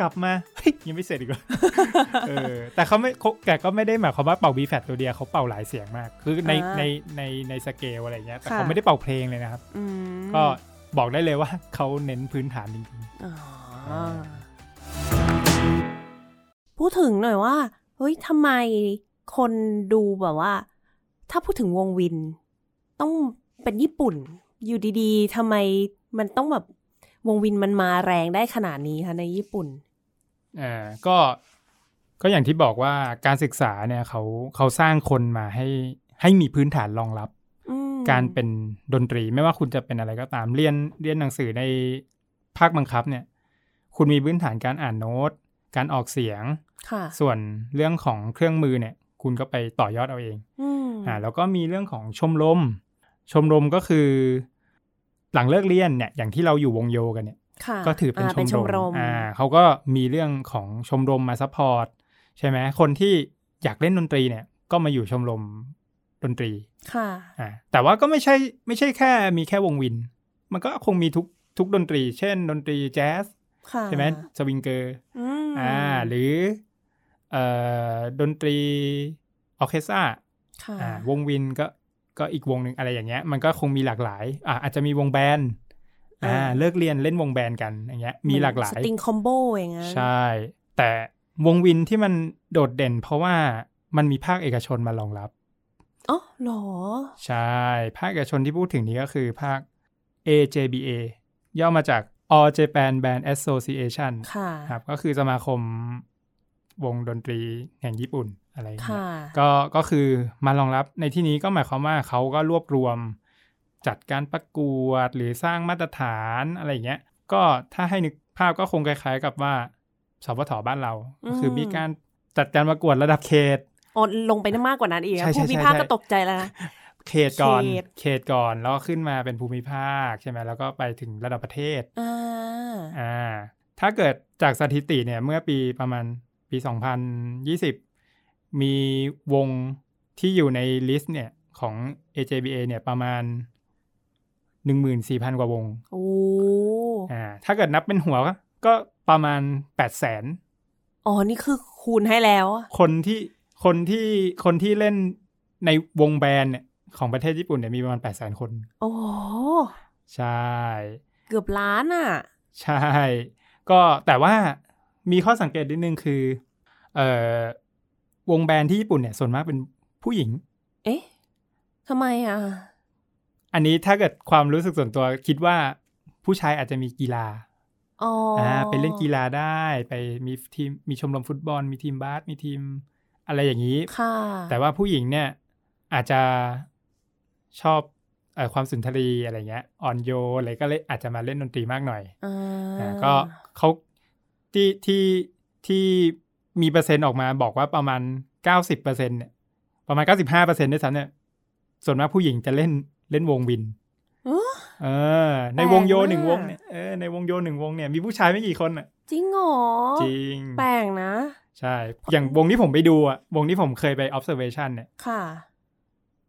กลับมาเฮ้ยยังไม่เสร็จอีกเหรอ เออแต่เขาไม่เขาแต่ก็ไม่ได้หมายความว่าเป่าบีแฟตตัวเดียวเขาเป่าหลายเสียงมาก คือในในในในสเกลอะไรเงี้ยแต่เขาไม่ได้เป่าเพลงเลยนะครับ อืม ก็บอกได้เลยว่าเขาเน้นพื้นฐานจริง อ๋ออา พูดถึงหน่อยว่า เฮ้ยทำไมคนดูแบบว่า ถ้าพูดถึงวงวิน ต้องเป็นญี่ปุ่น อยู่ดีๆทำไมมันต้องแบบวงวินมันมาแรงได้ขนาดนี้คะในญี่ปุ่น ๆเออก็ก็อย่างที่บอกว่าการศึกษาเนี่ยเขาเขาสร้างคนมาให้ให้มีพื้นฐานรองรับ อืม การเป็นดนตรีไม่ว่าคุณจะเป็นอะไรก็ตามเรียนเรียนหนังสือในภาคบังคับเนี่ย คุณมีพื้นฐานการอ่านโน้ต การออกเสียง ค่ะ ส่วนเรื่องของเครื่องมือเนี่ย คุณก็ไปต่อยอดเอาเอง อืม อ่าแล้วก็มีเรื่องของชมรม ชมรมก็คือ หลังเลิกเรียนเนี่ยอย่างที่เราอยู่วงโยกันเนี่ย ค่ะ ก็ถือเป็นชม าร มอ่าเขาก็มีเรื่องของชมรมมาซัพพอร์ตใช่ไหมคนที่อยากเล่นดนตรีเนี่ย ก็มาอยู่ชมรมดนตรี ค่ะ อ่าแต่ว่าก็ไม่ใช่ไม่ใช่แค่มีแค่วงวิน มันก็คงมีทุกทุกดนตรี เช่น ดนตรีแจ๊ส ค่ะ ใช่ไหมสวิงเกอร์ อืม อ่าหรือ เอ่อดนตรีออเคสตรา ค่ะ อ่าวงวินก็ก็อีกวงหนึ่งอะไรอย่างเงี้ย มันก็คงมีหลากหลายอ่าอาจจะมีวงแบนด์อ่าเลิกเรียนเล่นวงแบนด์กันอย่างเงี้ยมีหลากหลา ส ย ตริงคอมโบอย่างเงี้ย ใช่ แต่วงวินที่มันโดดเด่น เพราะว่ามันมีภาคเอกชนมารองรับ อ๋อเหรอ ใช่ ภาคเอกชนที่พูดถึงนี้ก็คือภาค AJBA ย่อมาจาก All Japan Band Association ค่ะ ครับก็คือสมาคมวงดนตรีแห่งญี่ปุ่นอะไรอย่างเงี้ย ค่ะ ก็ก็คือมารองรับในที่นี้ก็หมายความว่าเขาก็รวบรวมจัดการประกวดหรือสร้างมาตรฐานอะไรอย่างเงี้ยก็ถ้าให้นึกภาพก็คงคล้ายๆกับว่าสพทบ้านเรา อืม ก็คือมีการจัดการประกวดระดับเขต อ๋อลงไปได้มากกว่านั้นอีกนะ ใช่ใช่ ผู้พิพากษ์ ใช่ ก็ตกใจแล้วนะ เขตก่อน เขต เขตก่อนแล้วก็ขึ้นมาเป็นภูมิภาคใช่ไหมแล้วก็ไปถึงระดับประเทศ อ่า อ่าถ้าเกิดจากสถิติเนี่ยเมื่อปีประมาณปี 2020 มีวงที่อยู่ในลิสต์เนี่ยของ AJBA เนี่ยประมาณ 14,000 กว่าวง โอ้ อ่าถ้าเกิดนับเป็นหัวก็ก็ประมาณ 800,000 อ๋อนี่คือคูณให้แล้ว คนที่คนที่คนที่เล่นในวงแบนด์เนี่ยของประเทศญี่ปุ่นเนี่ยมีประมาณ 800,000 คน โอ้โห ใช่ เกือบล้านอ่ะ ใช่ ก็แต่ว่ามีข้อสังเกตนิดนึงคือ เอ่อวงแบนด์ที่ญี่ปุ่นเนี่ยส่วนมากเป็นผู้หญิง เอ๊ะทำไมอ่ะ อันนี้ถ้าเกิดความรู้สึกส่วนตัวคิดว่าผู้ชายอาจจะมีกีฬา อ๋ออ อ่าไปเล่นกีฬาได้ไปมีทีมมีชมรมฟุตบอล มีทีมบาสมีทีมอะไรอย่างนี้ ค่ะ แต่ว่าผู้หญิงเนี่ยอาจจะชอบเออความสุนทรีอะไรเงี้ยอ่อนโยนอะไรก็เลยอาจจะมาเล่นดนตรีมากหน่อย อ่า อ่าก็เขาที่ที่ที่มีเปอร์เซ็นต์ออกมาบอกว่าประมาณ 90%เนี่ยประมาณ 95%ด้วยซ้ำเนี่ยส่วนมากผู้หญิงจะเล่นเล่นวงวิน เอ้อ เออ ใน แปลก วงโยหนึ่ง มาก วงเนี่ยเออในวงโยหนึ่งวงเนี่ยมีผู้ชายไม่กี่คนอ่ะ จริงเหรอ จริง แปลกนะ ใช่ อย่างวงที่ผมไปดูอ่ะ วงที่ผมเคยไป observation เนี่ย ค่ะ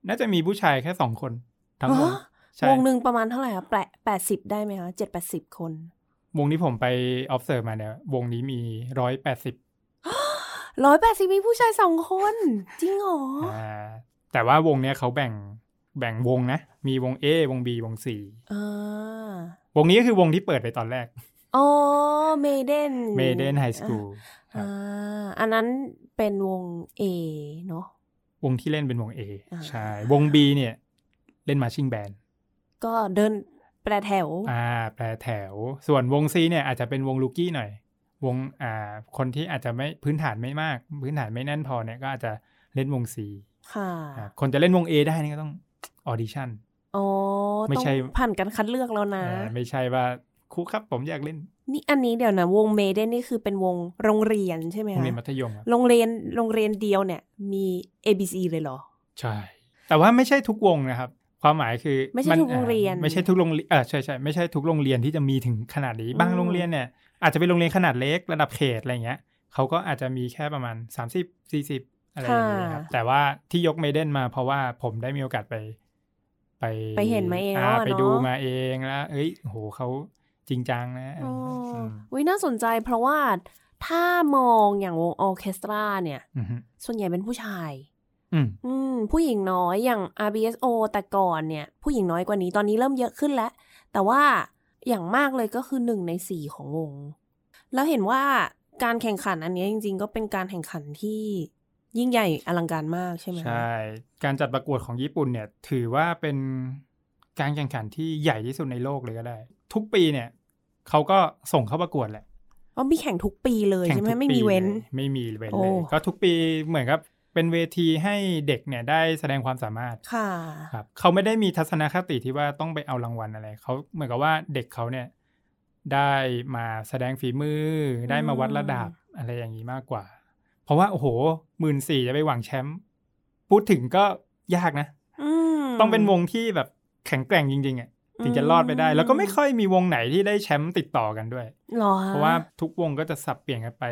น่าจะมีผู้ชายแค่สองคนทั้งว ฮะ งใช่ วงหนึ่งประมาณเท่าไหร่คะแปดแปดสิบได้ไหมคะเจ็ดแปดสิบคน วงที่ผมไป observe มาเนี่ยวงนี้มีร้อยแปดสิบ ร้อยแปดสิบมีผู้ชายสองคน จริงเหรอ อ่าแต่ว่าวงเนี้ยเขาแบ่งแบ่งวงนะ มีวง A วง B วง C อ่าว งนี้ก็คือวงที่เปิดไปตอนแรก อ๋อเมเดน Maiden High School ครับ อ่าอันนั้นเป็นวง A เนาะ วงที่เล่นเป็นวง A อ่า ใช่วง B เนี่ย เล่นมาชิ่งแบนด์ ก็เดินแปรแถว อ่าแปรแถว ส่วนวง C เนี่ยอาจจะเป็นวงลูกี้หน่อย วงอ่าคนที่อาจจะไม่พื้นฐานไม่มาก พื้นฐานไม่แน่นพอเนี่ยก็อาจจะเล่นวง C ค่ะ อ่าคนจะเล่นวง A ได้นี่ก็ต้องออดิชั่น อ๋อ ไม่ ต้อง ใช่ ผ่านการคัดเลือกแล้วนะ อ่าไม่ใช่ว่าครูครับผมอยากเล่น นี่อันนี้เดี๋ยวนะ วงเมเดนนี่คือเป็นวงโรงเรียนใช่ไหม โรง คะ เรียนมัธยมครับ โรงเรียนโรงเรียนเดียวเนี่ย มี A B C เลยเหรอ ใช่ แต่ว่าไม่ใช่ทุกวงนะครับ ความหมายคือ ไม่ใช่ทุกโรงเรียน อ่าไม่ใช่ทุกโรงเรียนเออใช่ใช่ไม่ใช่ทุกโรงเรียนที่จะมีถึงขนาดนี้ บาง อืม โรงเรียนเนี่ยอาจจะเป็นโรงเรียนขนาดเล็กระดับเขตอะไรเงี้ยเขาก็อาจจะมีแค่ประมาณ 30 40 อะไรอย่างเงี้ยครับแต่ว่าที่ยกเมเดนมาเพราะว่าผมได้มีโอกาสไป ไป ไปเห็นมาเองแล้วอะเนาะ ไปดูมาเองแล้ว เอ้ยโหเขาจริงจังนะอะไรอย่างเงี้ยม วิน่าสนใจเพราะว่าถ้ามองอย่างวงออร์เคสตราเนี่ย อืมฮึ ส่วนใหญ่เป็นผู้ชาย อืม อืม ผู้หญิงน้อยอย่าง RBSO แต่ก่อนเนี่ย ผู้หญิงน้อยกว่านี้ตอนนี้เริ่มเยอะขึ้นแล้ว แต่ว่าอย่างมากเลยก็คือหนึ่งในสี่ของวง แล้วเห็นว่าการแข่งขันอันเนี้ยจริง ๆ ก็เป็นการแข่งขันที่ยิ่งใหญ่อลังการมากใช่ไหม ใช่ การจัดประกวดของญี่ปุ่นเนี่ย ถือว่าเป็นการแข่งขันที่ใหญ่ที่สุดในโลกเลยก็ได้ ทุกปีเนี่ยเขาก็ส่งเข้าประกวดแหละ อ๋อมีแข่งทุกปีเลย แข่ง ใช่ไหม ทุก ไม่ ปี มีเว้น ลยไม่มีเว้น โอ้ เลย ก็ทุกปีเหมือนกับเป็นเวทีให้เด็กเนี่ยได้แสดงความสามารถ ค่ะ ครับเขาไม่ได้มีทัศนคติที่ว่าต้องไปเอารางวัลอะไรเขาเหมือนกับว่าเด็กเขาเนี่ยได้มาแสดงฝีมือ ได้มาวัดระดับอะไรอย่างนี้มากกว่า เพราะว่าโอ้โหหมื่นสี่จะไปหวังแชมป์พูดถึงก็ยากนะ อืม ต้องเป็นวงที่แบบแข็งแกร่งจริงๆอ่ะถึงจะรอดไปได้ แล้วก็ไม่ค่อยมีวงไหนที่ได้แชมป์ติดต่อกันด้วย หรอค เพราะว่าทุกวงก็จะสับเปลี่ยนกันไป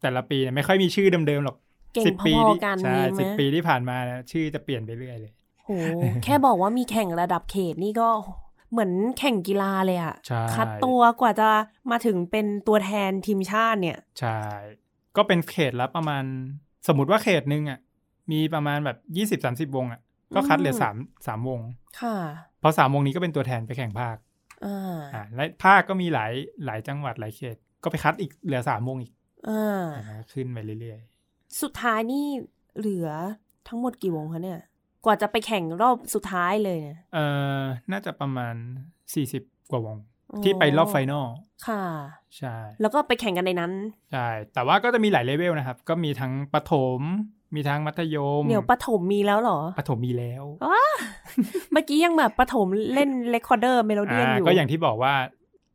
แต่ละปีเนี่ยไม่ค่อยมีชื่อเดิมๆหรอก เก่ง สิบ พ ปี อ ที่ ๆกัน ใช่ มีไหม สิบปีที่ผ่านมาเนี่ยชื่อจะเปลี่ยนไปเรื่อยเลย โอ้แค่บอกว่ามีแข่งระดับเขตนี่ก็เหมือนแข่งกีฬาเลยอะ ใช่ คัดตัวกว่าจะมาถึงเป็นตัวแทนทีมชาติเนี่ย ใช่ ก็เป็นเขตละประมาณ สมมติว่าเขตหนึ่งอ่ะมีประมาณแบบยี่สิบสามสิบวงอ่ะก็คัดเหลือสามสามวง ค่ะ เพราะสามวงนี้ก็เป็นตัวแทนไปแข่งภาค อ่า อ่าและภาคก็มีหลายหลายจังหวัดหลายเขต ก็ไปคัดอีกเหลือสามวงอีก อ่า อ่าขึ้นไปเรื่อย สุดท้ายนี่เหลือทั้งหมดกี่วงคะเนี่ย กว่าจะไปแข่งรอบสุดท้ายเลยเนี่ย ๆเอ่อน่าจะประมาณสี่สิบกว่าวง ที่ไปรอบไฟนอล ค่ะ ใช่ แล้วก็ไปแข่งกันในนั้น ใช่แต่ว่าก็จะมีหลายเลเวลนะครับ ก็มีทั้งประถม มีทั้งมัธยม เดี๋ยวปฐมมีแล้วเห รอ ประถมมีแล้ว เมื่อกี้ยังแบบปฐมเล่นเ e คคอร์เดอร์เมโลเดียนอยู่ ก็อย่างที่บอกว่า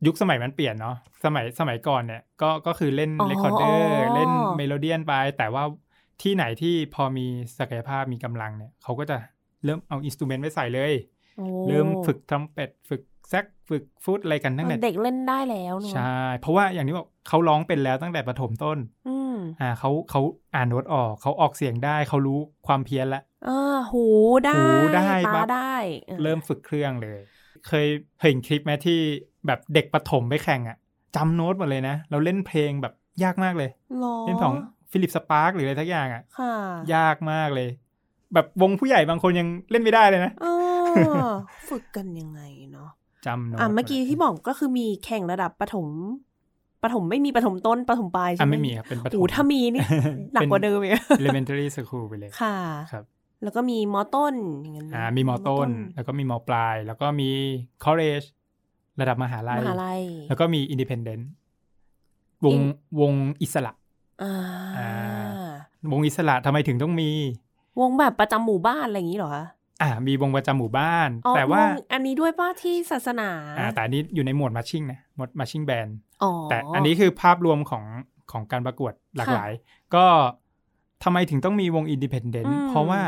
ยุคสมัยมันเปลี่ยนเนาะสมัยสมัยก่อนเนี่ยก็ก็คือเล่น อ๋อ เ e คคอร์เดอร์ อ๋อ เล่นเมโลเดียนไป แต่ว่าที่ไหนที่พอมีศักยภาพมีกำลังเนี่ยเขาก็จะเริ่มเอาอินสตูเมนต์ไปใส่เลย โอ้ เริ่มฝึกทรัมเป็ดฝึกแซกฝึกฟุตอะไรกันตั้งแต่ เด็กเล่นได้แล้วเนอะ ใช่เพราะว่าอย่างที่บอกเขาร้องเป็นแล้วตั้งแต่ประถมต้น อืม อ่าเขาเขาอ่านโน้ตออกเขาออกเสียงได้เขารู้ความเพี้ยนละ อ่าหูได้ หูได้ ตา ปั๊บ ได้ออ เริ่มฝึกเครื่องเลย เคยเห็นคลิปไหมที่แบบเด็กประถมไปแข่งอะจำโน้ตหมดเลยนะ เราเล่นเพลงแบบยากมากเลย หรอ เล่นของฟิลิปสปาร์กหรืออะไรทักอย่างอะ ค่ะ ยากมากเลย แบบวงผู้ใหญ่บางคนยังเล่นไม่ได้เลยนะ อ๋อฝึกกันยังไงเนาะ จำโน้ต อ่ะเมื่อกี้ที่บอกก็คือมีแข่งระดับปฐมปฐมไม่มีปฐมต้นปฐมปลายใช่ อ่ะ ไหม ไม่มีครับเป็นประถม โอ้ถ้ามี นี่ หนักกว่าเดิมอีก elementary school ไปเลย ค่ะ ครับ แล้วก็มีมอต้นอย่างนั้น อ่ามีมอต้น แล้วก็มีมอปลาย แล้วก็มี college ระดับมหาม ลัย หาลัย แล้วก็มี independent วง อิน วงอิสระ อ่า อ่า วงอิสระทำไมถึงต้องมี วงแบบประจำหมู่บ้านอะไรอย่างนี้เหรอคะ อ่ามีวงประจำหมู่บ้าน อ๋อ แต่ว่าง อันนี้ด้วยป้าที่ศาสนา อ่าแต่อันนี้อยู่ในหมวดมาชิ่งนะหมวดมาชิ่งแบน อ๋อ แต่อันนี้คือภาพรวมของของการประกวดหลากหลาย ก็ทำไมถึงต้องมีวงอินดิเพนเดนต์เพราะว่า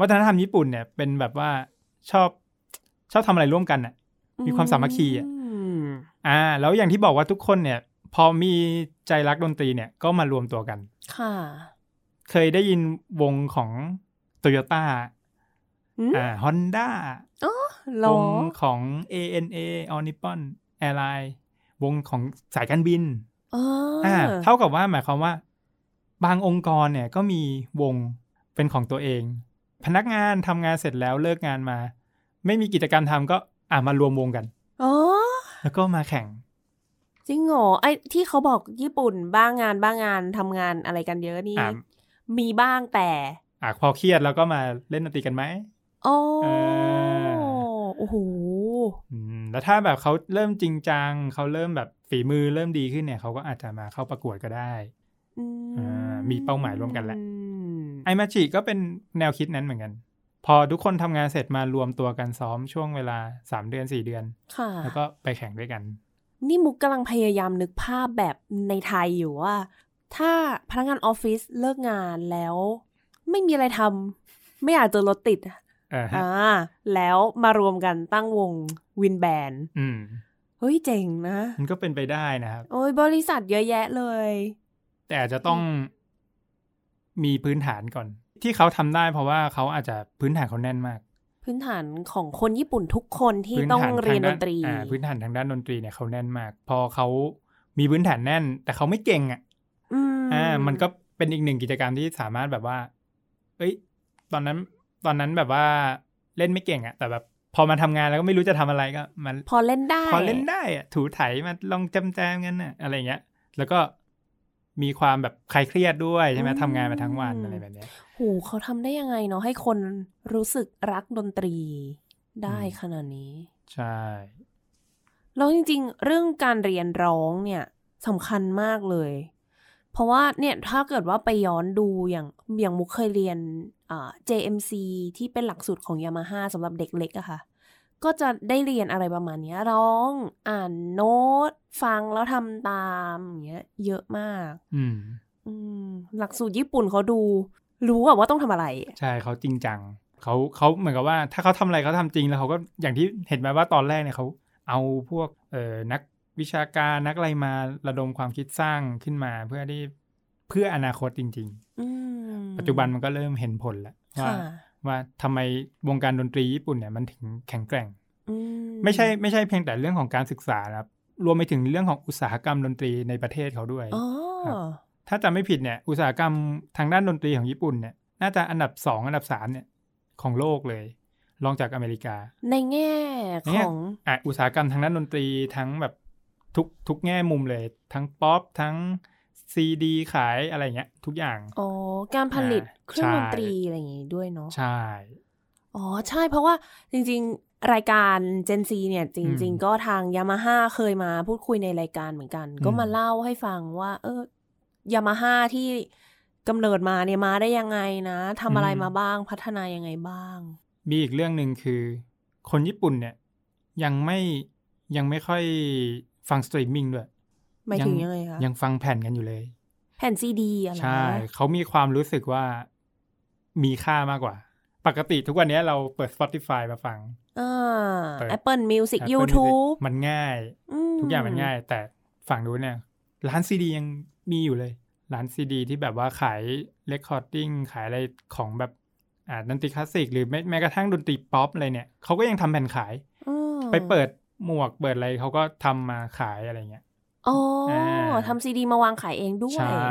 วัฒนธรรมญี่ปุ่นเนี่ยเป็นแบบว่าชอบชอบทำอะไรร่วมกันอ่ะ มีความสามัคคีอะ ม อ่า แล้วอย่างที่บอกว่าทุกคนเนี่ย พอมีใจรักดนตรีเนี่ยก็มารวมตัวกัน ค่ะ เคยได้ยินวงของโตโยต้า อืม อ่าฮอนด้า เหร ว อง ของ ANA o n i p p o n Airline วงของสายการบิน เอออ อ่าเท่ากับว่าหมายความว่า บางองค์กรเนี่ยก็มีวงเป็นของตัวเอง พนักงานทำงานเสร็จแล้วเลิกงานมา ไม่มีกิจกรรมทำก็อ่ามารวมวงกัน อ๋อ แล้วก็มาแข่ง จริงเหรอไอ้ที่เขาบอกญี่ปุ่นบ้างงานบ้างงานทำงานอะไรกันเยอะนี่ อ่า มีบ้างแต่ อ่าพอเครียดแล้วก็มาเล่นดนตรีกันไหม โอ้ เออ โอ้โห อืมแล้วถ้าแบบเขาเริ่มจริงจังเขาเริ่มแบบฝีมือเริ่มดีขึ้นเนี่ยเขาก็อาจจะมาเข้าประกวดก็ได้ อืม อ่ามีเป้าหมายร่วมกันแหละ อืม ไอมาจิก็เป็นแนวคิดนั้นเหมือนกัน พอทุกคนทำงานเสร็จมารวมตัวกันซ้อมช่วงเวลา 3 เดือน 4 เดือน ค่ะ แล้วก็ไปแข่งด้วยกัน นี่มุกกำลังพยายามนึกภาพแบบในไทยอยู่ว่า ถ้าพนักงานออฟฟิศเลิกงานแล้ว ไม่มีอะไรทำไม่อยากเจอรถติด เออฮะ อ่าแล้วมารวมกันตั้งวงวินแบน อืม เฮ้ยเจ๋งนะ มันก็เป็นไปได้นะครับ โอ้ยบริษัทเยอะแยะเลย แต่อาจจะต้องมีพื้นฐานก่อน ที่เขาทำได้เพราะว่าเขาอาจจะพื้นฐานเขาแน่นมาก พื้นฐานของคนญี่ปุ่นทุกคนที่ พื้น ต้อง ฐาน เรียนด ทางาน ตรี อ่าพื้นฐานทางด้านดนตรีเนี่ยเขาแน่นมาก พอเขามีพื้นฐานแน่น แต่เขาไม่เก่งอ่ะ อืม อ่ามันก็เป็นอีกหนึ่งกิจกรรมที่สามารถแบบว่า เอ้ย ตอนนั้น ตอนนั้นแบบว่าเล่นไม่เก่งอะแต่แบบพอมาทำงานแล้วก็ไม่รู้จะทำอะไรก็มัน พอเล่นได้ พอเล่นได้อะถูไถมาลองจำแจมกันอะอะไรอย่างเงี้ย แล้วก็มีความแบบคลายเครียดด้วยใช่ไหมทำงานมาทั้งวันอะไรแบบเนี้ย โหเขาทำได้ยังไงเนาะให้คนรู้สึกรักดนตรีได้ อืม ขนาดนี้ ใช่ แล้วจริงๆ เรื่องการเรียนร้องเนี่ยสำคัญมากเลย เพราะว่าเนี่ยถ้าเกิดว่าไปย้อนดูอย่างอย่างมุกเคยเรียนอ่า JMC ที่เป็นหลักสูตรของยามาฮ่าสำหรับเด็กเล็กอะค่ะ ก็จะได้เรียนอะไรประมาณเนี้ยร้องอ่านโน้ต ฟังแล้วทำตามอย่างเงี้ยเยอะมาก อืม อืมหลักสูตรญี่ปุ่นเขาดู รู้อะว่าต้องทำอะไร ใช่เขาจริงจังเขาเขาเหมือนกับว่า ถ้าเขาทำอะไรเขาทำจริงแล้วเขาก็อย่างที่เห็นไหมว่าตอนแรกเนี่ยเขาเอาพวกเอ่อนักวิชาการนักอะไรมาระดมความคิดสร้างขึ้นมา เพื่อที่เพื่ออนาคตจริง อืม ๆ ปัจจุบันมันก็เริ่มเห็นผลแล้วว่า ค่ะ ว่าทำไมวงการดนตรีญี่ปุ่นเนี่ยมันถึงแข็งแกร่ง อื ไม่ใช่ไม่ใช่เพียงแต่เรื่องของการศึกษานะครับรวมไปถึงเรื่องของอุตสาหกรรมดนตรีในประเทศเขาด้วย อ๋อ ครับ ถ้าจำไม่ผิดเนี่ย อุตสาหกรรมทางด้านดนตรีของญี่ปุ่นเนี่ย น่าจะอันดับสองอันดับสามเนี่ย ของโลกเลย รองจากอเมริกา ในแง่ของ อ่ะอุตสาหกรรมทางด้านดนตรีทั้งแบบทุกทุกแง่มุมเลย ทั้งป๊อปทั้งซีดี ขายอะไรเงี้ย ทุกอย่าง อ๋อ การผลิต อ่า เครื่องดนตรี ใช่ อะไรอย่างงี้ด้วยเนาะ ใช่ อ๋อ ใช่เพราะว่าจริงๆ รายการ Gen Z เนี่ย จริง อืม ๆ ก็ทางยามาฮ่าเคยมาพูดคุยในรายการเหมือนกัน อืม ก็มาเล่าให้ฟังว่า เออยามาฮ่าที่กำเนิดมาเนี่ยมาได้ยังไงนะทำอะไรมาบ้างพัฒนายังไงบ้าง มีอีกเรื่องหนึ่งคือ คนญี่ปุ่นเนี่ย ยังไม่ยังไม่ค่อยฟังสตรีมมิ่งด้วย หมายถึงยังไงคะ ยังฟังแผ่นกันอยู่เลย แผ่นซีดีอะไร ใช่ เขามีความรู้สึกว่ามีค่ามากกว่า ปกติทุกวันนี้เราเปิด Spotify มาฟัง อ่า เปิด Apple Music Apple YouTube Music มันง่าย ม ทุกอย่างมันง่าย แต่ฝั่งนู้นเนี่ย ร้านซีดียังมีอยู่เลย ร้านซีดีที่แบบว่าขายเรคคอร์ดิ้งขายอะไรของแบบอ่าดนตรีคลาสสิกหรือแม้แม้กระทั่งดนตรีป๊อปอะไรเนี่ยเขาก็ยังทำแผ่นขาย อืม ไปเปิดหมวกเปิดอะไรเขาก็ทำมาขายอะไรเงี้ย อ๋ออา ทำซีดีมาวางขายเองด้วย ใช่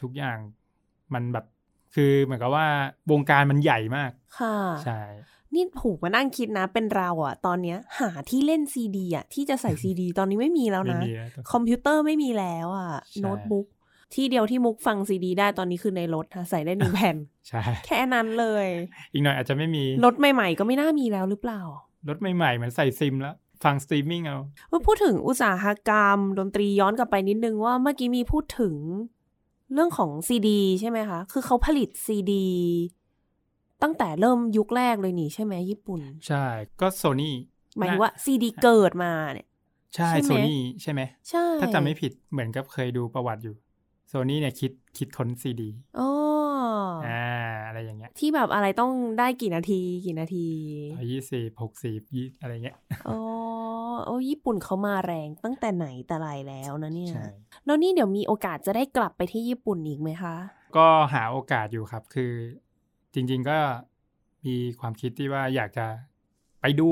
ทุกอย่างมันแบบคือเหมือนกับว่าวงการมันใหญ่มาก ค่ะ ใช่ นี่ผูกมานั่งคิดนะ เป็นเราอะตอนเนี้ย หาที่เล่นซีดีอะที่จะใส่ ซีดี ตอนนี้ไม่มีแล้ว ไม่ นะ มีแล้ว คอมพิวเตอร์ไม่มีแล้วอะ ใช่ โน้ตบุ๊กที่เดียวที่มุกฟังซีดี ได้ตอนนี้คือในรถค่ะใส่ได้หนึ่งแผ่น ใช่ แค่นั้นเลย อีกหน่อยอาจจะไม่มี รถใหม่ๆ ก็ไม่น่ามีแล้วหรือเปล่าร ถใหม่ๆเหมือนใส่ซิมแล้ว ฟังสตรีมมิ่งเอา เมื่อพูดถึงอุตสาหกรรม ดนตรีย้อนกลับไปนิดนึงว่าเมื่อกี้มีพูดถึงเรื่องของซีดี ใช่ไหมคะ คือเขาผลิตซีดี ตั้งแต่เริ่มยุคแรกเลยนี่ใช่ไหมญี่ปุ่น ใช่ ก็โซนี่ หมายถึงว่าซีดีเกิดมาเนี่ย ใช่ ใช่ไหม โซนี่ใช่ไหม ใช่ ถ้าจำไม่ผิดเหมือนกับเคยดูประวัติอยู่โซนี่เนี่ยคิดคิดค้นซีดี อ๋ออ อ่าอะไรอย่างเงี้ย ที่แบบอะไรต้องได้กี่นาทีกี่นาที ยี่สิบหกสิบยี่อะไรเงี้ย อ๋อโอ้ญี่ปุ่นเขามาแรงตั้งแต่ไหนแต่ไรแล้วนะเนี่ย ใช่ แล้วนี่เดี๋ยวมีโอกาสจะได้กลับไปที่ญี่ปุ่นอีกไหมคะ ก็หาโอกาสอยู่ครับ คือจริงๆก็มีความคิดที่ว่าอยากจะไปดู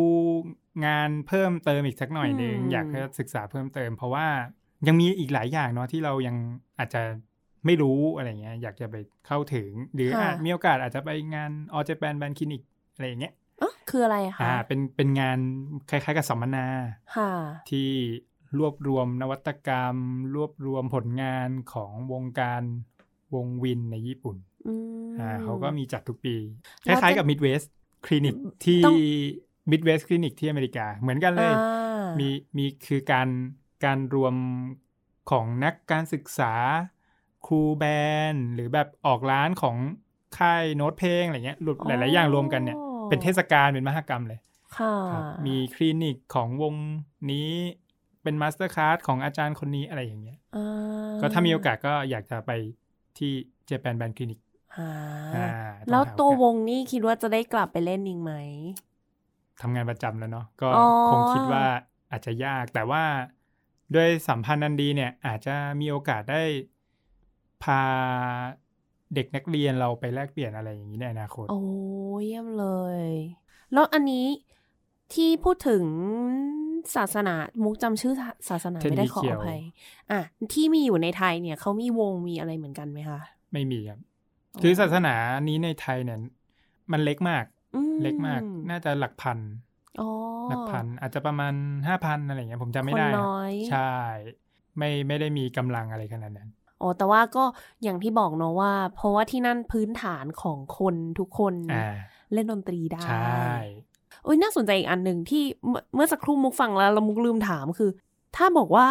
งานเพิ่มเติมอีกสักหน่อยหนึง อยากจะศึกษาเพิ่มเติม เพราะว่ายังมีอีกหลายอย่างเนาะที่เรายังอาจจะไม่รู้อะไรเงี้ยอยากจะไปเข้าถึง หรืออาจมีโอกาสอาจจะไปงานออเจแปนแบนคลินิกอะไรอย่างเงี้ย อ๋อคืออะไรคะ อ่าเป็นเป็นงานคล้ายๆกับสัมมนา ค่ะ ที่รวบรวมนวัตกรรม รวบรวมผลงานของวงการวงวินในญี่ปุ่น อืม อ่าเขาก็มีจัดทุกปี ค แล้วจะ ล้ายๆกับ Midwest Clinic ที่ ต้อง Midwest Clinic ที่อเมริกาเหมือนกันเลย อ่า มีมีคือการการรวมของนักการศึกษาครูแบนด์หรือแบบออกร้านของค่ายโน้ตเพลงอะไรเงี้ยรวม อ๋อ หลายๆอย่างรวมกันเนี่ยเป็นเทศกาลเป็นมหกรรมเลย ค่ะ ครับมีคลินิกของวงนี้เป็นมาสเตอร์คลาสของอาจารย์คนนี้อะไรอย่างเงี้ย อ่ ก็ถ้ามีโอกาสก็อยากจะไปที่เจแปนแบนคลินิก อ่า อ่า แล้ว องหา ตัว โอกาส วงนี่คิดว่าจะได้กลับไปเล่นอีกไหม ทำงานประจำแล้วเนาะก็ อ๋อ คงคิดว่าอาจจะยากแต่ว่าด้วยสัมพันธ์นันดีเนี่ย อาจจะมีโอกาสได้พาเด็กนักเรียนเราไปแลกเปลี่ยนอะไรอย่างนี้ในอนาคต โอ้เยี่ยมเลย แล้วอันนี้ที่พูดถึงศาสนามุกจำชื่อศาสนา เทนนิสไม่ได้ขอ เขี อ ยว ภัยอ่ะที่มีอยู่ในไทยเนี่ยเขามีวงมีอะไรเหมือนกันไหมคะ ไม่มีครับคือศาสนานี้ในไทยเนี่ยมันเล็กมาก อื เล็กมาก น่าจะหลักพัน อ๋อ หลักพันอาจจะประมาณห้าพันอะไรอย่างเงี้ยผมจำไม่ คน ได้นะ น้อย ใช่ไม่ไม่ได้มีกำลังอะไรขนาดนั้น อ๋อแต่ว่าก็อย่างที่บอกเนาะว่า เพราะว่าที่นั่นพื้นฐานของคนทุกคน อ่า เล่นดนตรีได้ ใช่ โอ้ยน่าสนใจอีกอันหนึ่งที่เมื่อเมื่อสักครู่มุกฟังแล้วเรามุกลืมถามคือ ถ้าบอกว่า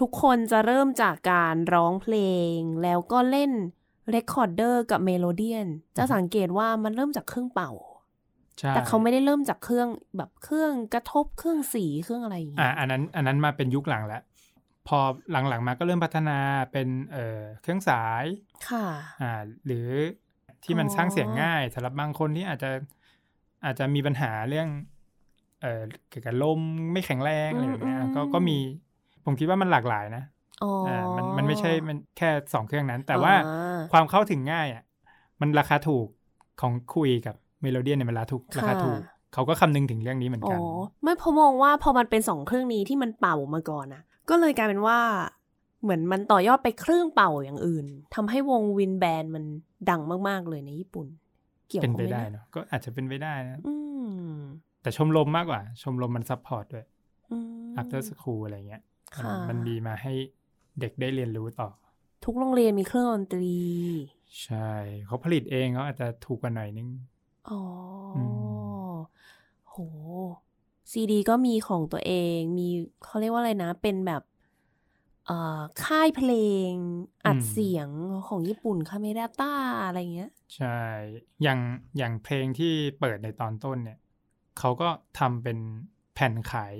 ทุกคนจะเริ่มจากการร้องเพลง แล้วก็เล่นเรคคอร์เดอร์กับเมโลเดียน จะสังเกตว่ามันเริ่มจากเครื่องเป่า ใช่ แต่เขาไม่ได้เริ่มจากเครื่องแบบเครื่องกระทบเครื่องสีเครื่องอะไรอย่าง อ่า เงี้ย อันนั้นอันนั้นมาเป็นยุคหลังแล้ว พอหลังๆมาก็เริ่มพัฒนาเป็นเอ่อเครื่องสาย ค่ะ อ่าหรือที่มัน อ๋อ สร้างเสียงง่ายสำหรับบางคนที่อาจจะอาจจะมีปัญหาเรื่องเอ่อเกี่ยวกับลมไม่แข็งแรงอะไรแบบเนี้ยก็ก็มีผมคิดว่ามันหลากหลายนะ อ๋ออ่ ามันมันไม่ใช่มันแค่สองเครื่องนั้น แต่ อ่ ว่า ความเข้าถึงง่ายอ่ะ มันราคาถูกของคุยกับเมโลเดียนเนี่ยมันราคาถูกราคาถูก เขาก็คำนึงถึงเรื่องนี้เหมือน อ๋อ กัน ไม่เพอมองว่าพอมันเป็นสองเครื่องนี้ที่มันเป่ามาก่อนอะก็เลยกลายเป็นว่า เหมือนมันต่อยอดไปเครื่องเป่าอย่างอื่นทำให้วงวินแบนมันดังมากๆเลยในญี่ปุ่น เกี่ยว เป็น กับ ไปได้เนาะก็อาจจะเป็นไปได้นะ อืม แต่ชมรมมากกว่า ชมรมมันซัพพอร์ตด้วย อืม after school อะไรเงี้ย ค่ะ มันมีมาให้เด็กได้เรียนรู้ต่อ ทุกโรงเรียนมีเครื่องดนตรี ใช่เขาผลิตเองเขาอาจจะถูกกว่าหน่อยนึง อ๋ออ ม โห ซีดีก็มีของตัวเอง มีเขาเรียกว่าอะไรนะ เป็นแบบ เอ่อ ค่ายเพลง อัดเสียงของญี่ปุ่นคาเมราต้าอะไรเงี้ย ใช่ อย่างอย่างเพลงที่เปิดในตอนต้นเนี่ยเขาก็ทำเป็นแผ่นขาย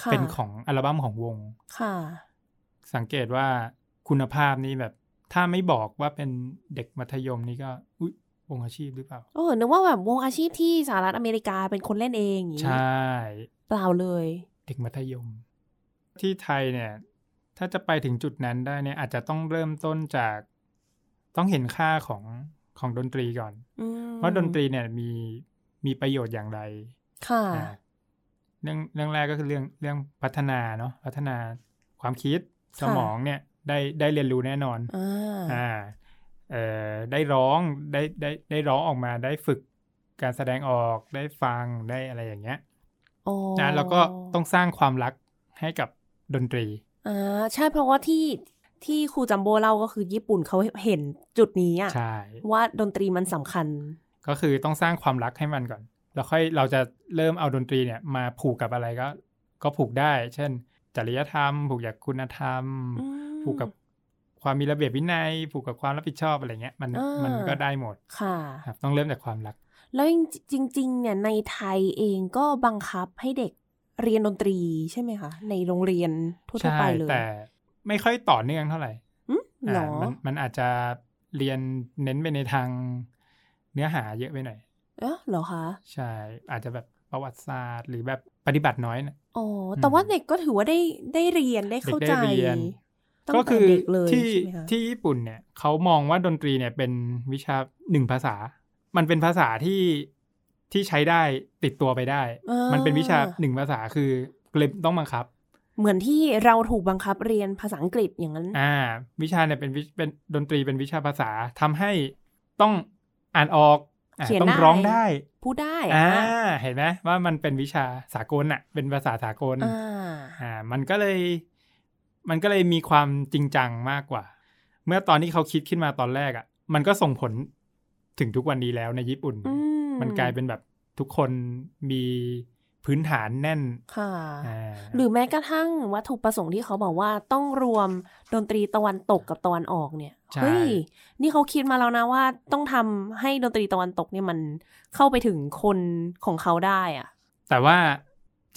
ค่ะ เป็นของอัลบั้มของวง ค่ะ สังเกตว่าคุณภาพนี่แบบ ถ้าไม่บอกว่าเป็นเด็กมัธยมนี่ก็อุ๊ยวงอาชีพหรือเปล่า โอ้นึกว่าแบบวงอาชีพที่สหรัฐอเมริกาเป็นคนเล่นเองอย่างนี้ ใช่ เปล่าเลย เด็กมัธยม ที่ไทยเนี่ย ถ้าจะไปถึงจุดนั้นได้เนี่ย อาจจะต้องเริ่มต้นจากต้องเห็นค่าของของดนตรีก่อน อืม ว่าดนตรีเนี่ยมีมีประโยชน์อย่างไร ค่ะ อ่าเรื่องเรื่องแรกก็คือเรื่องเรื่องพัฒนาเนาะพัฒนาความคิดสมองเนี่ยได้ได้เรียนรู้แน่นอน อ่า อ่าเอ่อได้ร้องได้ได้ได้ร้องออกมาได้ฝึกการแสดงออกได้ฟังได้อะไรอย่างเงี้ย โอ้ นะแล้วก็ต้องสร้างความรักให้กับดนตรี อ่า ใช่เพราะว่าที่ที่ครูจัมโบ้เล่าก็คือญี่ปุ่นเขาเห็นจุดนี้อะ ใช่ ว่าดนตรีมันสำคัญ ก็คือต้องสร้างความรักให้มันก่อน แล้วค่อยเราจะเริ่มเอาดนตรีเนี่ยมาผูกกับอะไรก็ ก็ผูกได้ เช่น จริยธรรม ผูกกับคุณธรรม อืม ผูกกับความมีระเบียบวินัย ผูกกับความรับผิดชอบอะไรเงี้ยมัน อ่ามั มันก็ได้หมด ค่ะ ครับต้องเริ่มจากความรัก แล้วจริงจริง ๆ เนี่ยในไทยเองก็บังคับให้เด็กเรียนดนตรีใช่ไหมคะ ในโรงเรียนทั่ว ใช่ ๆไปเลย แต่ไม่ค่อยต่อเนื่องเท่าไหร่ อืม อ่า หรอ มันมันอาจจะเรียนเน้นไปในทางเนื้อหาเยอะไปหน่อย เอ๊ะเหรอคะ ใช่ อาจจะแบบประวัติศาสตร์ หรือแบบปฏิบัติน้อยนะ อ๋อ แต่ อืม ว่าเด็กก็ถือว่าได้ได้เรียนได้เข้าใจ เด็กได้เรียน ตั้ง ก็ แต่เด็กเลย ที่ ใช่ไหมคะ ที่ญี่ปุ่นเนี่ยเขามองว่าดนตรีเนี่ยเป็นวิชาหนึ่งภาษา มันเป็นภาษาที่ที่ใช้ได้ติดตัวไปได้ อ่า มันเป็นวิชาหนึ่งภาษาคือเลยต้องบังคับ เหมือนที่เราถูกบังคับเรียนภาษาอังกฤษอย่างนั้น อ่า วิชาเนี่ยเป็นวิเป็นดนตรีเป็นวิชาภาษาทำให้ต้องอ่านออกอ่ะ เขียน ต้อง ได้ ร้องได้ พูดได้ อ่า อ่ะ เห็นไหมว่ามันเป็นวิชาสากลอะเป็นภาษาสากล อ่า อ่ามันก็เลย มันก็เลยมีความจริงจังมากกว่า เมื่อตอนที่เขาคิดขึ้นมาตอนแรกอะมันก็ส่งผลถึงทุกวันนี้แล้วในญี่ปุ่น อืม มันกลายเป็นแบบทุกคนมีพื้นฐานแน่น ค่ะ อ่า หรือแม้กระทั่งวัตถุประสงค์ที่เขาบอกว่าต้องรวมดนตรีตะวันตกกับตะวันออกเนี่ย ใช่ เฮ้ย นี่เขาคิดมาแล้วนะว่าต้องทำให้ดนตรีตะวันตกเนี่ยมันเข้าไปถึงคนของเขาได้อะ แต่ว่า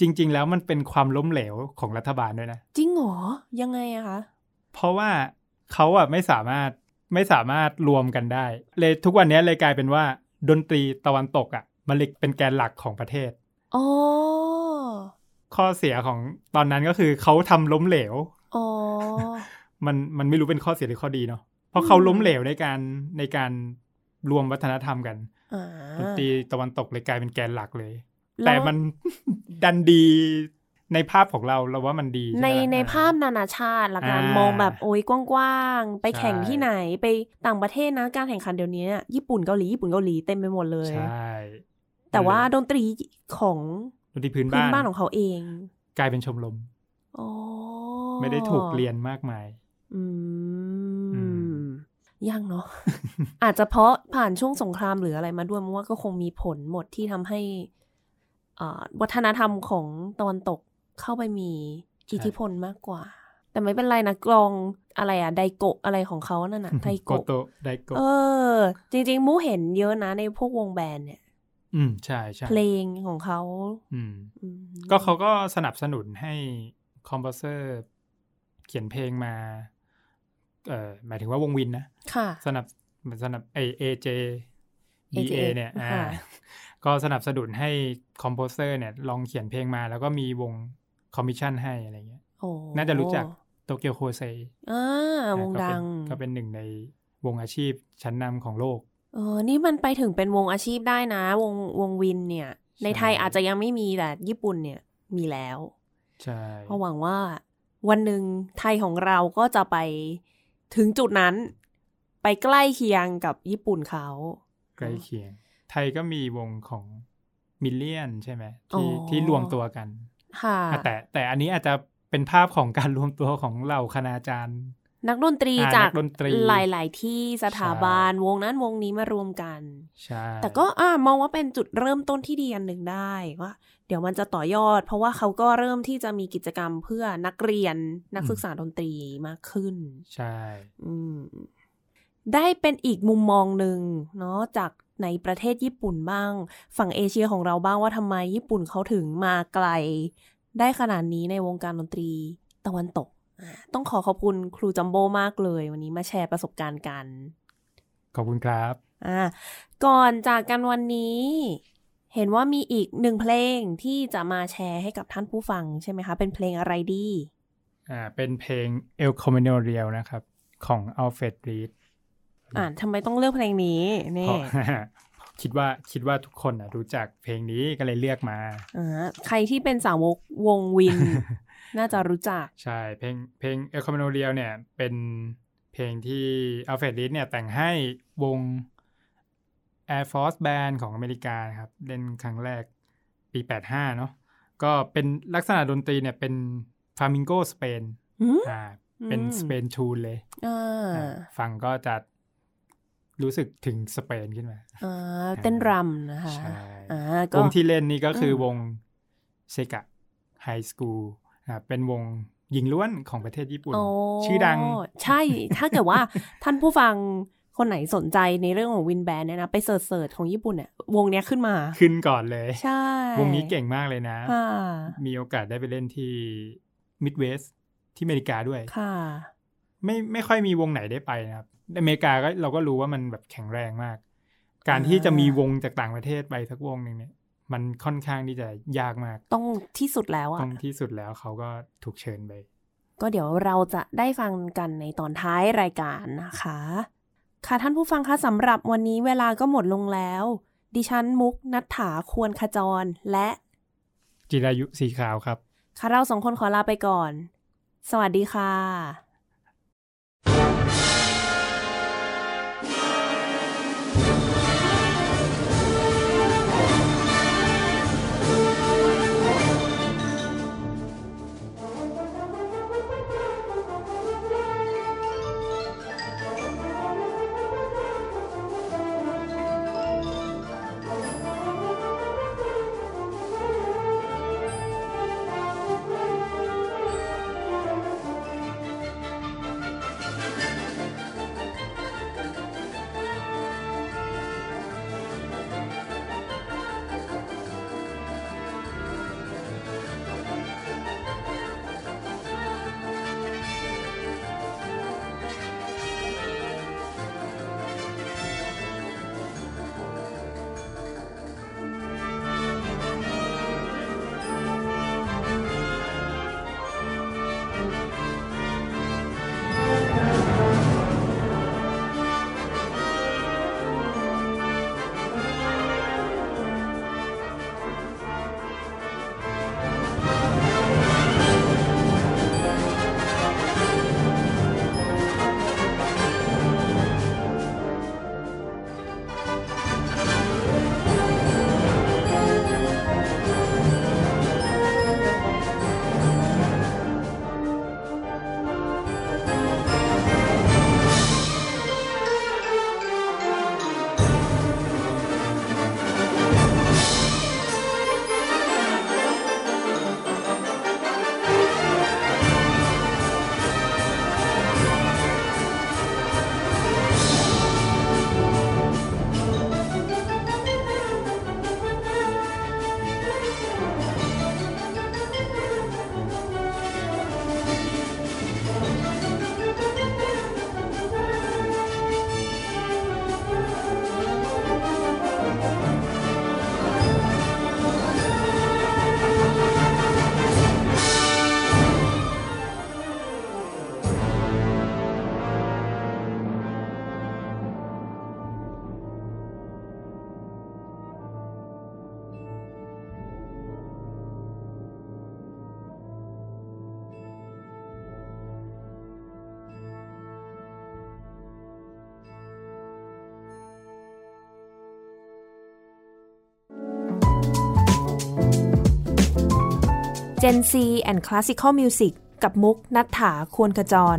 จริง ๆ แล้วมันเป็นความล้มเหลวของรัฐบาลด้วยนะ จริงเหรอ ยังไงอะคะ เพราะว่าเขาอะไม่สามารถไม่สามารถรวมกันได้ เลยทุกวันนี้เลยกลายเป็นว่า ดนตรีตะวันตกอะมันเลยเป็นแกนหลักของประเทศ อ๋อ ข้อเสียของตอนนั้นก็คือเขาทำล้มเหลว อ๋อ มันมันไม่รู้เป็นข้อเสียหรือข้อดีเนาะเพราะเขา อืม ล้มเหลวในการในการรวมวัฒนธรรมกัน อ่า ดนตรีตะวันตกเลยกลายเป็นแกนหลักเลย ล้ว แต่มัน ดันดีในภาพของเราเราว่ามันดีช่ไห ใน มล่ะ ในภาพนานาชาติละกัน อ่าม ม องแบบโอ้ยกว้างๆ ไป ใช่ แข่งที่ไหนไปต่างประเทศนะการแข่งขันเดี๋ยวนี้เนี่ยญี่ปุ่นเกาหลีญี่ปุ่นเกาหลีเต็มไปหมดเลย ใช่ แต่ว่าดนตรีของ ดนตรีพื้น พื้ บ้าน น บ้านของเขาเอง กลายเป็นชมรม อ๋อ ไม่ได้ถูกเรียนมากมาย อื อืมมยัง เนาะ อาจจะเพราะผ่านช่วงสงครามหรืออะไรมาด้วยมันว่าก็คงมีผลหมดที่ทำให้เอ่อวัฒนธรรมของตะวันตกเข้าไปมีอิทธิพลมากกว่า แต่ไม่เป็นไรนะกลองอะไรอะไดโกะอะไรของเขานั่น น่ะ ได โก โกะ โตะไดโกะ เออ จริงๆมูเห็นเยอะนะในพวกวงแบนด์เนี่ย อืมใช่ใช่ เพลงของเขา อืม อืม ก็เขาก็สนับสนุนให้คอมโพเซอร์ เขียนเพลงมา เอ่อหมายถึงว่าวงวินนะ ค่ะ สนับสนับเอเอเจ AJ เนี่ยอ่า ค่ะ ก็สนับสนุนให้คอมโพเซอร์เนี่ย ลองเขียนเพลงมา แล้วก็มีวงคอมมิชชั่นให้อะไรเงี้ย โอ้ น่าจะรู้จักโตเกียวโคเซ อ่าวงดัง ก็เป็นหนึ่งในวงอาชีพชั้นนำของโลก เออ นี่มันไปถึงเป็นวงอาชีพได้นะ วงวงวินเนี่ย ในไทยอาจจะยังไม่มีแต่ญี่ปุ่นเนี่ยมีแล้ว ใช่ เพราะหวังว่า วันหนึ่งไทยของเราก็จะไปถึงจุดนั้น ไปใกล้เคียงกับญี่ปุ่นเขา ใกล้เคียง ไทยก็มีวงของมิลเลียนใช่ไหม อ๋ ที่ อ ที่รวมตัวกัน ค่ะ อ่ะแต่แต่อันนี้อาจจะเป็นภาพของการรวมตัวของเหล่าคณาจารย์ นักดนตรี อ่า จาก นักดนตรี หลาย ๆ ที่สถา ใช่ บันวงนั้นวงนี้มารวมกัน ใช่ แต่ก็อ่ามองว่าเป็นจุดเริ่มต้นที่ดีอันหนึ่งได้ว่า เดี๋ยวมันจะต่อยอด เพราะว่าเขาก็เริ่มที่จะมีกิจกรรมเพื่อนักเรียนนักศึกษาดนตรีมากขึ้น ใช่ อืม ได้เป็นอีกมุมมองหนึ่งเนาะจากในประเทศญี่ปุ่นบ้าง ฝั่งเอเชียของเราบ้างว่าทำไมญี่ปุ่นเขาถึงมาไกล ได้ขนาดนี้ในวงการดนตรีตะวันตกอ่าต้องขอขอบคุณครูจัมโบ้มากเลย วันนี้มาแชร์ประสบการณ์กัน ขอบคุณครับ อ่าก่อนจากกันวันนี้ เห็นว่ามีอีกหนึ่งเพลงที่จะมาแชร์ให้กับท่านผู้ฟังใช่ไหมคะ เป็นเพลงอะไรดี อ่าเป็นเพลง El Camino Real นะครับ ของ Alfred Reed อ่านทำไมต้องเลือกเพลงนี้ เพ นี่ ราะ คิดว่าคิดว่าทุกคนน่ะรู้จักเพลงนี้ก็เลยเลือกมา อ่าใครที่เป็นสาวกวงวิ น น่าจะรู้จัก ใช่ เพลงเพลง El Camino Real เนี่ย เป็นเพลงที่ Alfred Reed เนี่ย แต่งให้วง Air Force Band ของอเมริกานะครับ เล่นครั้งแรกปี 85 เนาะก็เป็นลักษณะดนตรีเนี่ย เป็นฟามิงโกสเปน หืม อ่าเป็นสเปนทูนเลย อ่า อ่ะฟังก็จะรู้สึกถึงสเปนขึ้นมา อ่าเต้นรำนะคะ ใช่ อ่าว ก็ งที่เล่นนี่ก็คืออ ม วงเซกะไฮสคูลนะครับเป็นวงหญิงล้วนของประเทศญี่ปุ่น โ ชื่อดัง ใช่ ถ้าเกิดว่า ท่านผู้ฟังคนไหนสนใจในเรื่องของวินแบนเนี่ยนะ ไปเสิร์ชๆของญี่ปุ่นเนี่ยวงเนี้ยขึ้นมา ขึ้นก่อนเลย ใช่ วงนี้เก่งมากเลยนะ ค่ะ มีโอกาสได้ไปเล่นที่มิดเวสที่อเมริกาด้วย ค่ะ ไม่ไม่ค่อยมีวงไหนได้ไปนะครับอเมริกาก็เราก็รู้ว่ามันแบบแข็งแรงมาก การที่จะมีวงจากต่างประเทศไปสักวงหนึ่งเนี่ย มันค่อนข้างที่จะยากมาก ต้องที่สุดแล้ว ต อ่ะ รงที่สุดแล้วเขาก็ถูกเชิญไป ก็เดี๋ยวเราจะได้ฟังกันในตอนท้ายรายการนะคะ ค่ะท่านผู้ฟังคะสำหรับวันนี้เวลาก็หมดลงแล้ว ดิฉันมุกนัฐถาควรขจร และ จิรายุสีขาวครับ ค่ะเราสองคนขอลาไปก่อน สวัสดีค่ะ 「 Gen Z and Classical Music กับมุกนัฐถาควรขจร